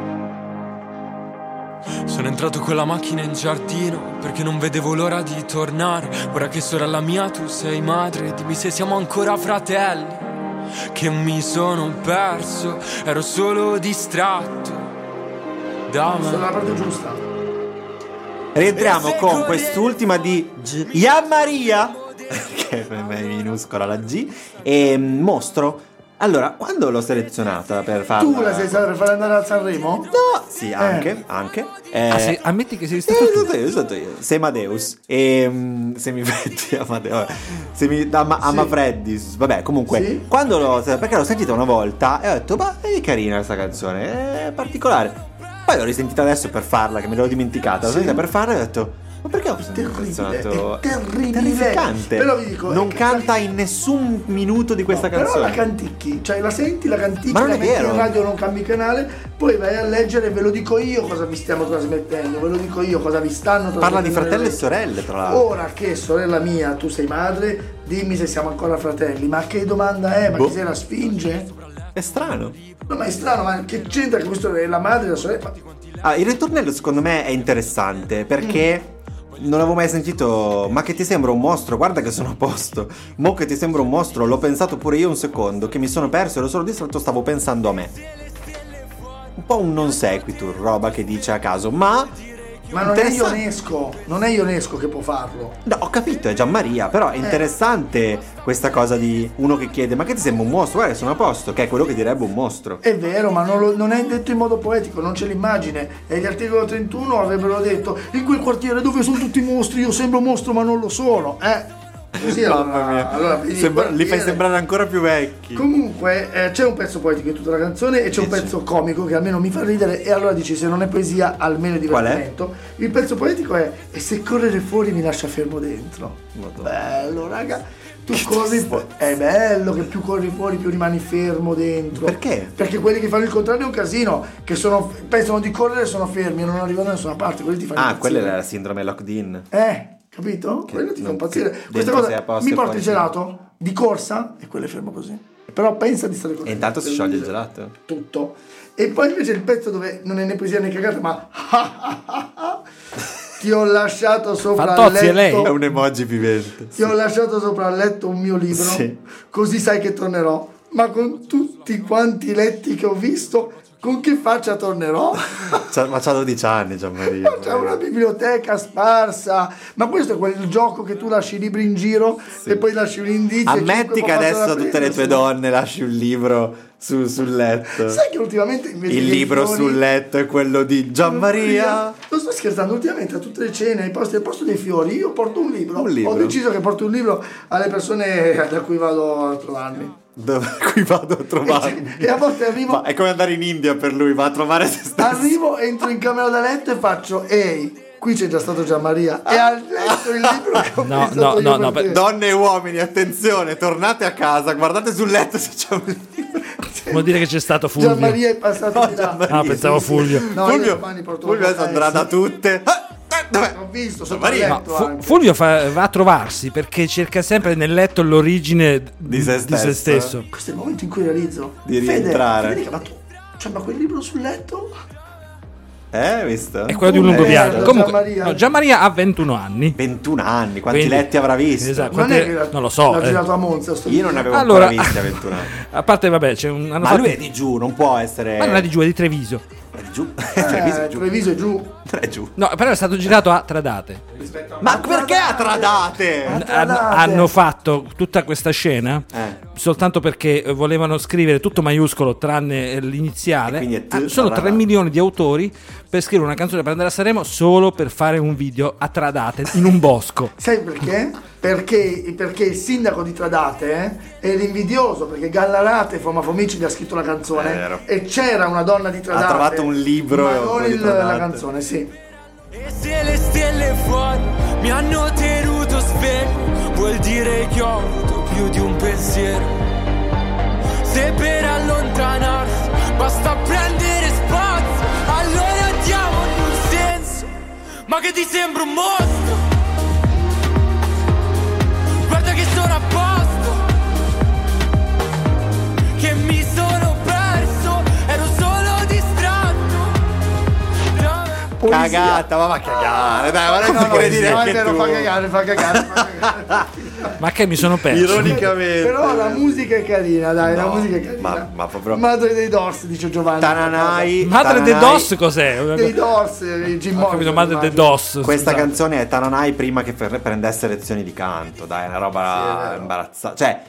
S10: Sono entrato con la macchina in giardino perché non vedevo l'ora di tornare. Ora che sorella mia tu sei madre, dimmi se siamo ancora fratelli. Che mi sono perso, ero solo distratto da me.
S5: Sono la parte giusta.
S4: Rientriamo con quest'ultima di G- Gian Maria, che è minuscola la G, e mm, Mostro. Allora, quando l'ho selezionata per farla?
S5: Tu la sei Eh. stata per far andare a Sanremo?
S4: No, sì, anche, anche. Eh,
S2: Ah, sì, ammetti che sei
S4: sì,
S2: stato tu.
S4: sono io, sono io. Semadeus. E mm, se mi metti Amadeus. Se mi da Ama- Amafreddis. Vabbè, comunque.
S5: Sì.
S4: Quando l'ho. Perché l'ho sentita una volta e ho detto, ma è carina questa canzone. È particolare. Poi l'ho risentita adesso per farla, che me l'ho dimenticata. L'ho sentita per farla e ho detto. Ma perché ho
S5: terribile,
S4: selezionato?
S5: è terribile.
S4: Terrificante.
S5: Però vi dico,
S4: non
S5: è che- cioè
S4: canta in nessun minuto di questa
S5: No, Però
S4: canzone.
S5: la canticchi, cioè la senti, la canticchi,
S4: Ma non
S5: la
S4: è
S5: metti
S4: vero.
S5: in radio, non cambi canale, poi vai a leggere, ve lo dico io cosa vi stiamo trasmettendo, ve lo dico io cosa vi stanno
S4: Parla di
S5: trasmettendo le
S4: fratelli e
S5: radio.
S4: sorelle,
S5: Oh.
S4: tra l'altro.
S5: Ora che sorella mia, tu sei madre, dimmi se siamo ancora fratelli, ma che domanda è? Ma
S4: Boh.
S5: chi se la spinge?
S4: È strano.
S5: No, ma è strano, ma che c'entra che questo è la madre e la sorella? Ma-
S4: Ah, il ritornello secondo me è interessante perché
S5: Mm.
S4: non avevo mai sentito ma che ti sembra un mostro, guarda che sono a posto. Mo che ti sembra un mostro, l'ho pensato pure io un secondo, che mi sono perso e ero solo distratto, stavo pensando a me. Un po' un non sequitur, roba che dice a caso, ma
S5: Ma non è
S4: Interessante.
S5: Ionesco, non è Ionesco che può farlo.
S4: No, ho capito, è Gianmaria, però
S5: Eh.
S4: è interessante questa cosa di uno che chiede ma che ti sembra un mostro? Guarda che sono a posto, che è quello che direbbe un mostro.
S5: È vero, ma non, lo- non è detto in modo poetico, non c'è l'immagine. E gli articoli 31 avrebbero detto in quel quartiere dove sono tutti mostri, io sembro mostro ma non lo sono. Eh? Così allora, allora vedi,
S4: Sembra- li fai
S5: quartiere-
S4: sembrare ancora più vecchi.
S5: Comunque eh, c'è un pezzo poetico in tutta la canzone e c'è un
S4: Dici?
S5: pezzo comico che almeno mi fa ridere e allora dici se non è poesia almeno è
S4: Qual è?
S5: divertimento. Il pezzo poetico è e se correre fuori mi lascia fermo dentro. Bello raga. Tu corri fuori. È bello che più corri fuori più rimani fermo dentro.
S4: Perché?
S5: Perché quelli che fanno il contrario è un casino, che sono, pensano di correre e sono fermi e non arrivano da nessuna parte, quelli ti fanno
S4: ah,
S5: impazzire.
S4: quella era la sindrome Locked-in.
S5: Eh, capito? Quello ti fa
S4: non- che
S5: impazzire. Questa
S4: dentro sei a
S5: cosa
S4: posto
S5: mi
S4: e
S5: porti
S4: fuori
S5: il
S4: sì.
S5: gelato di corsa e quello è fermo così. Però pensa di stare così.
S4: E intanto si scioglie il gelato.
S5: Tutto. E poi invece il pezzo dove non è né poesia né cagata, ma ti ho lasciato sopra il
S2: Fantozzi, è lei?
S5: letto.
S4: È un emoji vivente.
S5: Ti ho lasciato sopra il letto un mio libro,
S4: Sì.
S5: così sai che tornerò. Ma con tutti quanti i letti che ho visto, con che faccia tornerò?
S4: C'ha- ma c'ha 12 anni Gianmaria.
S5: C'è una biblioteca sparsa, ma questo è quel gioco che tu lasci i libri in giro e poi lasci un indizio. e
S4: Ammetti
S5: chiunque
S4: che
S5: può passare
S4: adesso
S5: a
S4: a tutte le tue
S5: prendersi.
S4: donne lasci un libro su- sul letto.
S5: Sai che ultimamente invece
S4: Il
S5: dei
S4: libro
S5: fiori-
S4: sul letto è quello di Gianmaria.
S5: Non sto scherzando, ultimamente a tutte le cene, ai posti, al posto dei fiori, io porto un libro.
S4: Un libro.
S5: Ho deciso che porto un libro alle persone da cui vado a trovarmi.
S4: Dove qui vado a trovarmi.
S5: E a volte arrivo- Ah,
S4: Ma è come andare in India per lui, va a trovare se stesso.
S5: Arrivo, entro in camera da letto e faccio Ehi, qui c'è già stato Gianmaria e ha letto il libro che ho
S2: No, no,
S5: pensato io
S2: no, no,
S5: per te.
S4: Donne e uomini, attenzione, tornate a casa, guardate sul letto se c'è un libro.
S2: Vuol dire che c'è stato Fulvio.
S5: Gianmaria è passato
S4: No,
S5: di là
S4: Gianmaria.
S2: Ah, pensavo Fulvio.
S5: esatto. No, io
S4: Fulvio,
S5: domani porto
S4: Fulvio
S5: la
S4: adesso andrà da
S5: cocaina.
S4: tutte. Ah, ah, dov'è?
S5: Ho visto, sono
S4: Gianmaria.
S2: No,
S5: letto
S2: Fu-
S5: anche.
S2: Fulvio fa- va a trovarsi perché cerca sempre nel letto l'origine
S4: Di se stesso.
S2: stesso.
S5: Questo è il momento in cui realizzo
S4: Di
S5: Fede,
S4: rientrare.
S5: Federica, ma tu cioè, ma quel libro sul letto?
S4: Eh, visto?
S2: È quello di un lungo
S5: Eh,
S2: viaggio.
S5: Gian
S2: Comunque,
S5: Maria.
S2: no, Gian Maria ha 21 anni.
S4: 21 anni, quanti
S2: Quindi-
S4: letti avrà visto?
S2: Esatto.
S5: Non,
S2: Quante-
S5: è che l'ha-
S2: non lo so,
S5: L'ha
S2: eh.
S5: girato a Monza. Sto
S4: Io non avevo
S2: Allora-
S4: ancora visti a 21 anni.
S2: A parte, vabbè, c'è un. hanno
S4: Ma
S2: fatto-
S4: lui è di giù, non può essere.
S2: Ma non è di giù, è di Treviso.
S4: È di giù.
S5: Eh,
S4: Treviso è giù.
S5: Treviso è giù.
S4: Tre è giù.
S2: No, però è stato girato a Tradate.
S5: eh,
S4: Ma perché a tradate?
S2: Hanno, hanno fatto tutta questa scena
S4: Eh.
S2: soltanto perché eh, volevano scrivere tutto maiuscolo tranne eh,
S4: E quindi è
S2: l'iniziale.
S4: tu-
S2: Ah, sono 3
S4: Tradate.
S2: milioni di autori per scrivere una canzone per andare a Sanremo solo per fare un video a Tradate in un bosco.
S5: Sai perché? perché? Perché il sindaco di Tradate eh, era invidioso perché Gallarate, Foma Fomici, gli ha scritto la
S4: È vero.
S5: canzone e c'era una donna di Tradate.
S4: trovato un libro
S5: ma
S4: e un po'
S5: non
S4: di
S5: il-
S4: Tradate.
S5: la canzone, sì.
S9: E se le stelle fuori mi hanno tenuto sveglio, vuol dire che ho avuto più di un pensiero. Se per allontanarsi basta prendere spazio, allora diamo un senso. Ma che ti sembra un mostro? Guarda che sono a posto, che mi sono perso, ero solo distratto.
S5: poesia.
S4: Cagata, ma va a cagare, dai, ma non
S5: No,
S4: ti
S5: no,
S4: credi
S5: no,
S4: neanche
S5: te lo fa
S4: tu.
S5: cagare, fa cagare. fa cagare.
S2: Ma che mi sono perso?
S4: Eh. Ironicamente.
S5: Però la musica è carina, dai, la
S4: No,
S5: musica è carina.
S4: ma- ma proprio-
S5: Madre dei Dors, dice Giovanni.
S4: Tananai.
S2: Madre de
S4: Tananai.
S2: Dos cos'è?
S5: Dei Dors, eh, Jim
S2: Ho
S5: Morrison.
S2: capito, madre de
S5: immagino.
S2: Dos.
S4: Questa
S2: scusate.
S4: canzone è Tananai prima che fer- prendesse lezioni di canto, dai, è una roba imbarazzante. Cioè,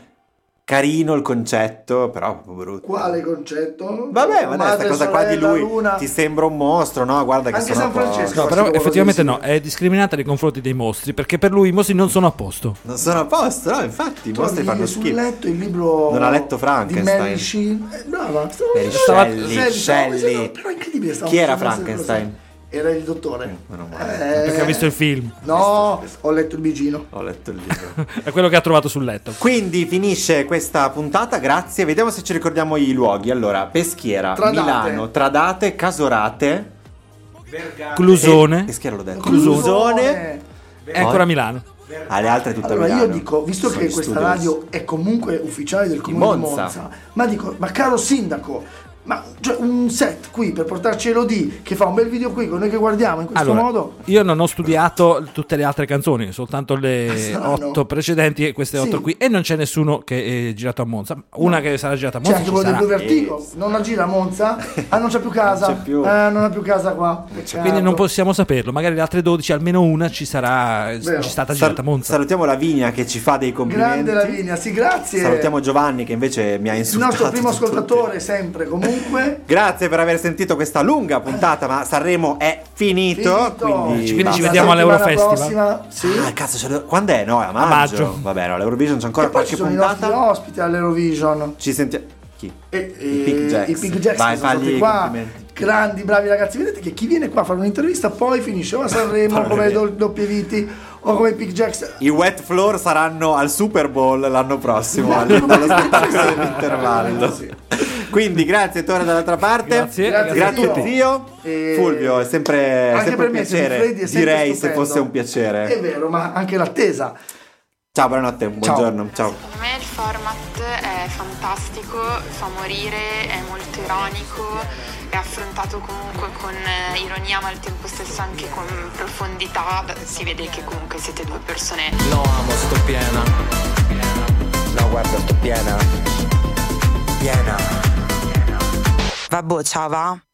S4: carino il concetto, però proprio brutto.
S5: Quale concetto?
S4: Vabbè, ma dai,
S5: Madre,
S4: questa cosa qua di
S5: sorella,
S4: lui
S5: luna.
S4: ti sembra un mostro, no? Guarda che
S5: Anche
S4: sono
S5: San
S4: a posto.
S5: Francesco.
S2: No, però effettivamente no, è discriminata nei confronti dei mostri perché per lui i mostri non sono a posto.
S4: Non sono a posto, no? Infatti, i mostri
S5: Trovi
S4: fanno
S5: sul
S4: schifo.
S5: letto il libro
S4: Non ha letto Frankenstein.
S5: di Mary Sheen. Eh, brava stavo-
S4: Mary
S5: stavo-
S4: Shelley,
S5: Shelley, stavo
S4: Shelley.
S5: pensando- però è incredibile stavo
S4: Chi era
S5: pensando sempre
S4: Frankenstein?
S5: così. era il dottore
S4: meno male.
S5: Eh,
S2: Perché ha visto il film,
S5: no ho letto il bigino
S4: Ho letto il libro.
S2: è quello che ha trovato sul letto.
S4: Quindi finisce questa puntata, grazie. Vediamo se ci ricordiamo i luoghi. Allora, Peschiera,
S5: Tradate.
S4: Milano, Tradate, Casorate. e-
S2: Clusone
S4: Peschiera l'ho detto.
S5: Clusone.
S2: è ancora a Milano.
S4: Alle altre tutte
S5: Allora
S4: Milano.
S5: io dico, visto
S4: Sono
S5: che
S4: gli
S5: questa
S4: studios.
S5: radio è comunque ufficiale del comune di
S4: Monza.
S5: Monza, ma dico, ma caro sindaco, ma cioè, un set qui per portarci Elodie che fa un bel video qui con noi che guardiamo in questo
S2: Allora,
S5: modo,
S2: io non ho studiato tutte le altre canzoni, soltanto le
S5: Strano.
S2: otto precedenti e queste
S5: Ah, Sì.
S2: otto qui. E non c'è nessuno che è girato a Monza. Una che sarà girata a
S5: c'è
S2: Monza
S5: anche
S2: ci
S5: Cioè, quello del
S2: sarà.
S5: due vertigo, non la gira a Monza, ah non c'è più casa,
S4: Eh, Non c'è più. Eh, cioè,
S5: Ah, non ha più casa qua,
S2: Quindi non possiamo saperlo. Magari le altre 12, almeno una ci sarà
S5: Vero.
S2: ci è stata
S4: Sal-
S2: girata a Monza.
S4: Salutiamo Lavinia che ci fa dei complimenti.
S5: Grande Lavinia, sì grazie,
S4: Salutiamo Giovanni che invece mi ha
S5: il
S4: insultato.
S5: nostro primo
S4: su tutti.
S5: ascoltatore sempre comunque.
S4: Grazie per aver sentito questa lunga puntata, ma Sanremo è finito.
S5: Finito.
S4: Quindi,
S2: Quindi ci
S4: basta.
S2: vediamo
S5: La settimana
S2: all'Eurofestival.
S5: prossima, Sì.
S4: Ah, cazzo, c'è- quando è? No, è a maggio.
S2: maggio.
S4: Vabbè, no, l'Eurovision c'è ancora
S5: E poi
S4: qualche
S5: ci sono i
S4: puntata.
S5: nostri ospiti all'Eurovision.
S4: Ci sentiamo. Chi?
S5: e,
S4: I
S5: e-
S4: Pink Jacks.
S5: i Pink Jacks
S4: Vai,
S5: che sono
S4: fagli
S5: stati
S4: i
S5: qua
S4: complimenti.
S5: grandi bravi ragazzi vedete che chi viene qua a fare un'intervista poi finisce o a Sanremo
S4: Porca
S5: come
S4: miseria.
S5: do- doppie viti o come i Pink Jacks
S4: I wet floor saranno al Super Bowl l'anno prossimo, al- dallo spettacolo dell'intervallo. Quindi grazie Torre dall'altra parte.
S2: Grazie,
S5: Grazie
S4: grazie
S5: a
S4: zio.
S5: tutti. E-
S4: Fulvio, è sempre,
S5: anche
S4: sempre
S5: per
S4: un
S5: me Semi
S4: piacere.
S5: Freddi è sempre
S4: Direi se
S5: stupendo.
S4: fosse un piacere.
S5: è vero ma anche l'attesa
S4: Ciao, buonanotte, buongiorno. Ciao.
S11: Secondo me il format è fantastico, fa morire, è molto ironico, è affrontato comunque con eh, ironia ma al tempo stesso anche con profondità, si vede che comunque siete due persone
S9: No, amo, sto piena. No, guarda, sto piena. Piena.
S12: Vabbè, ciao va.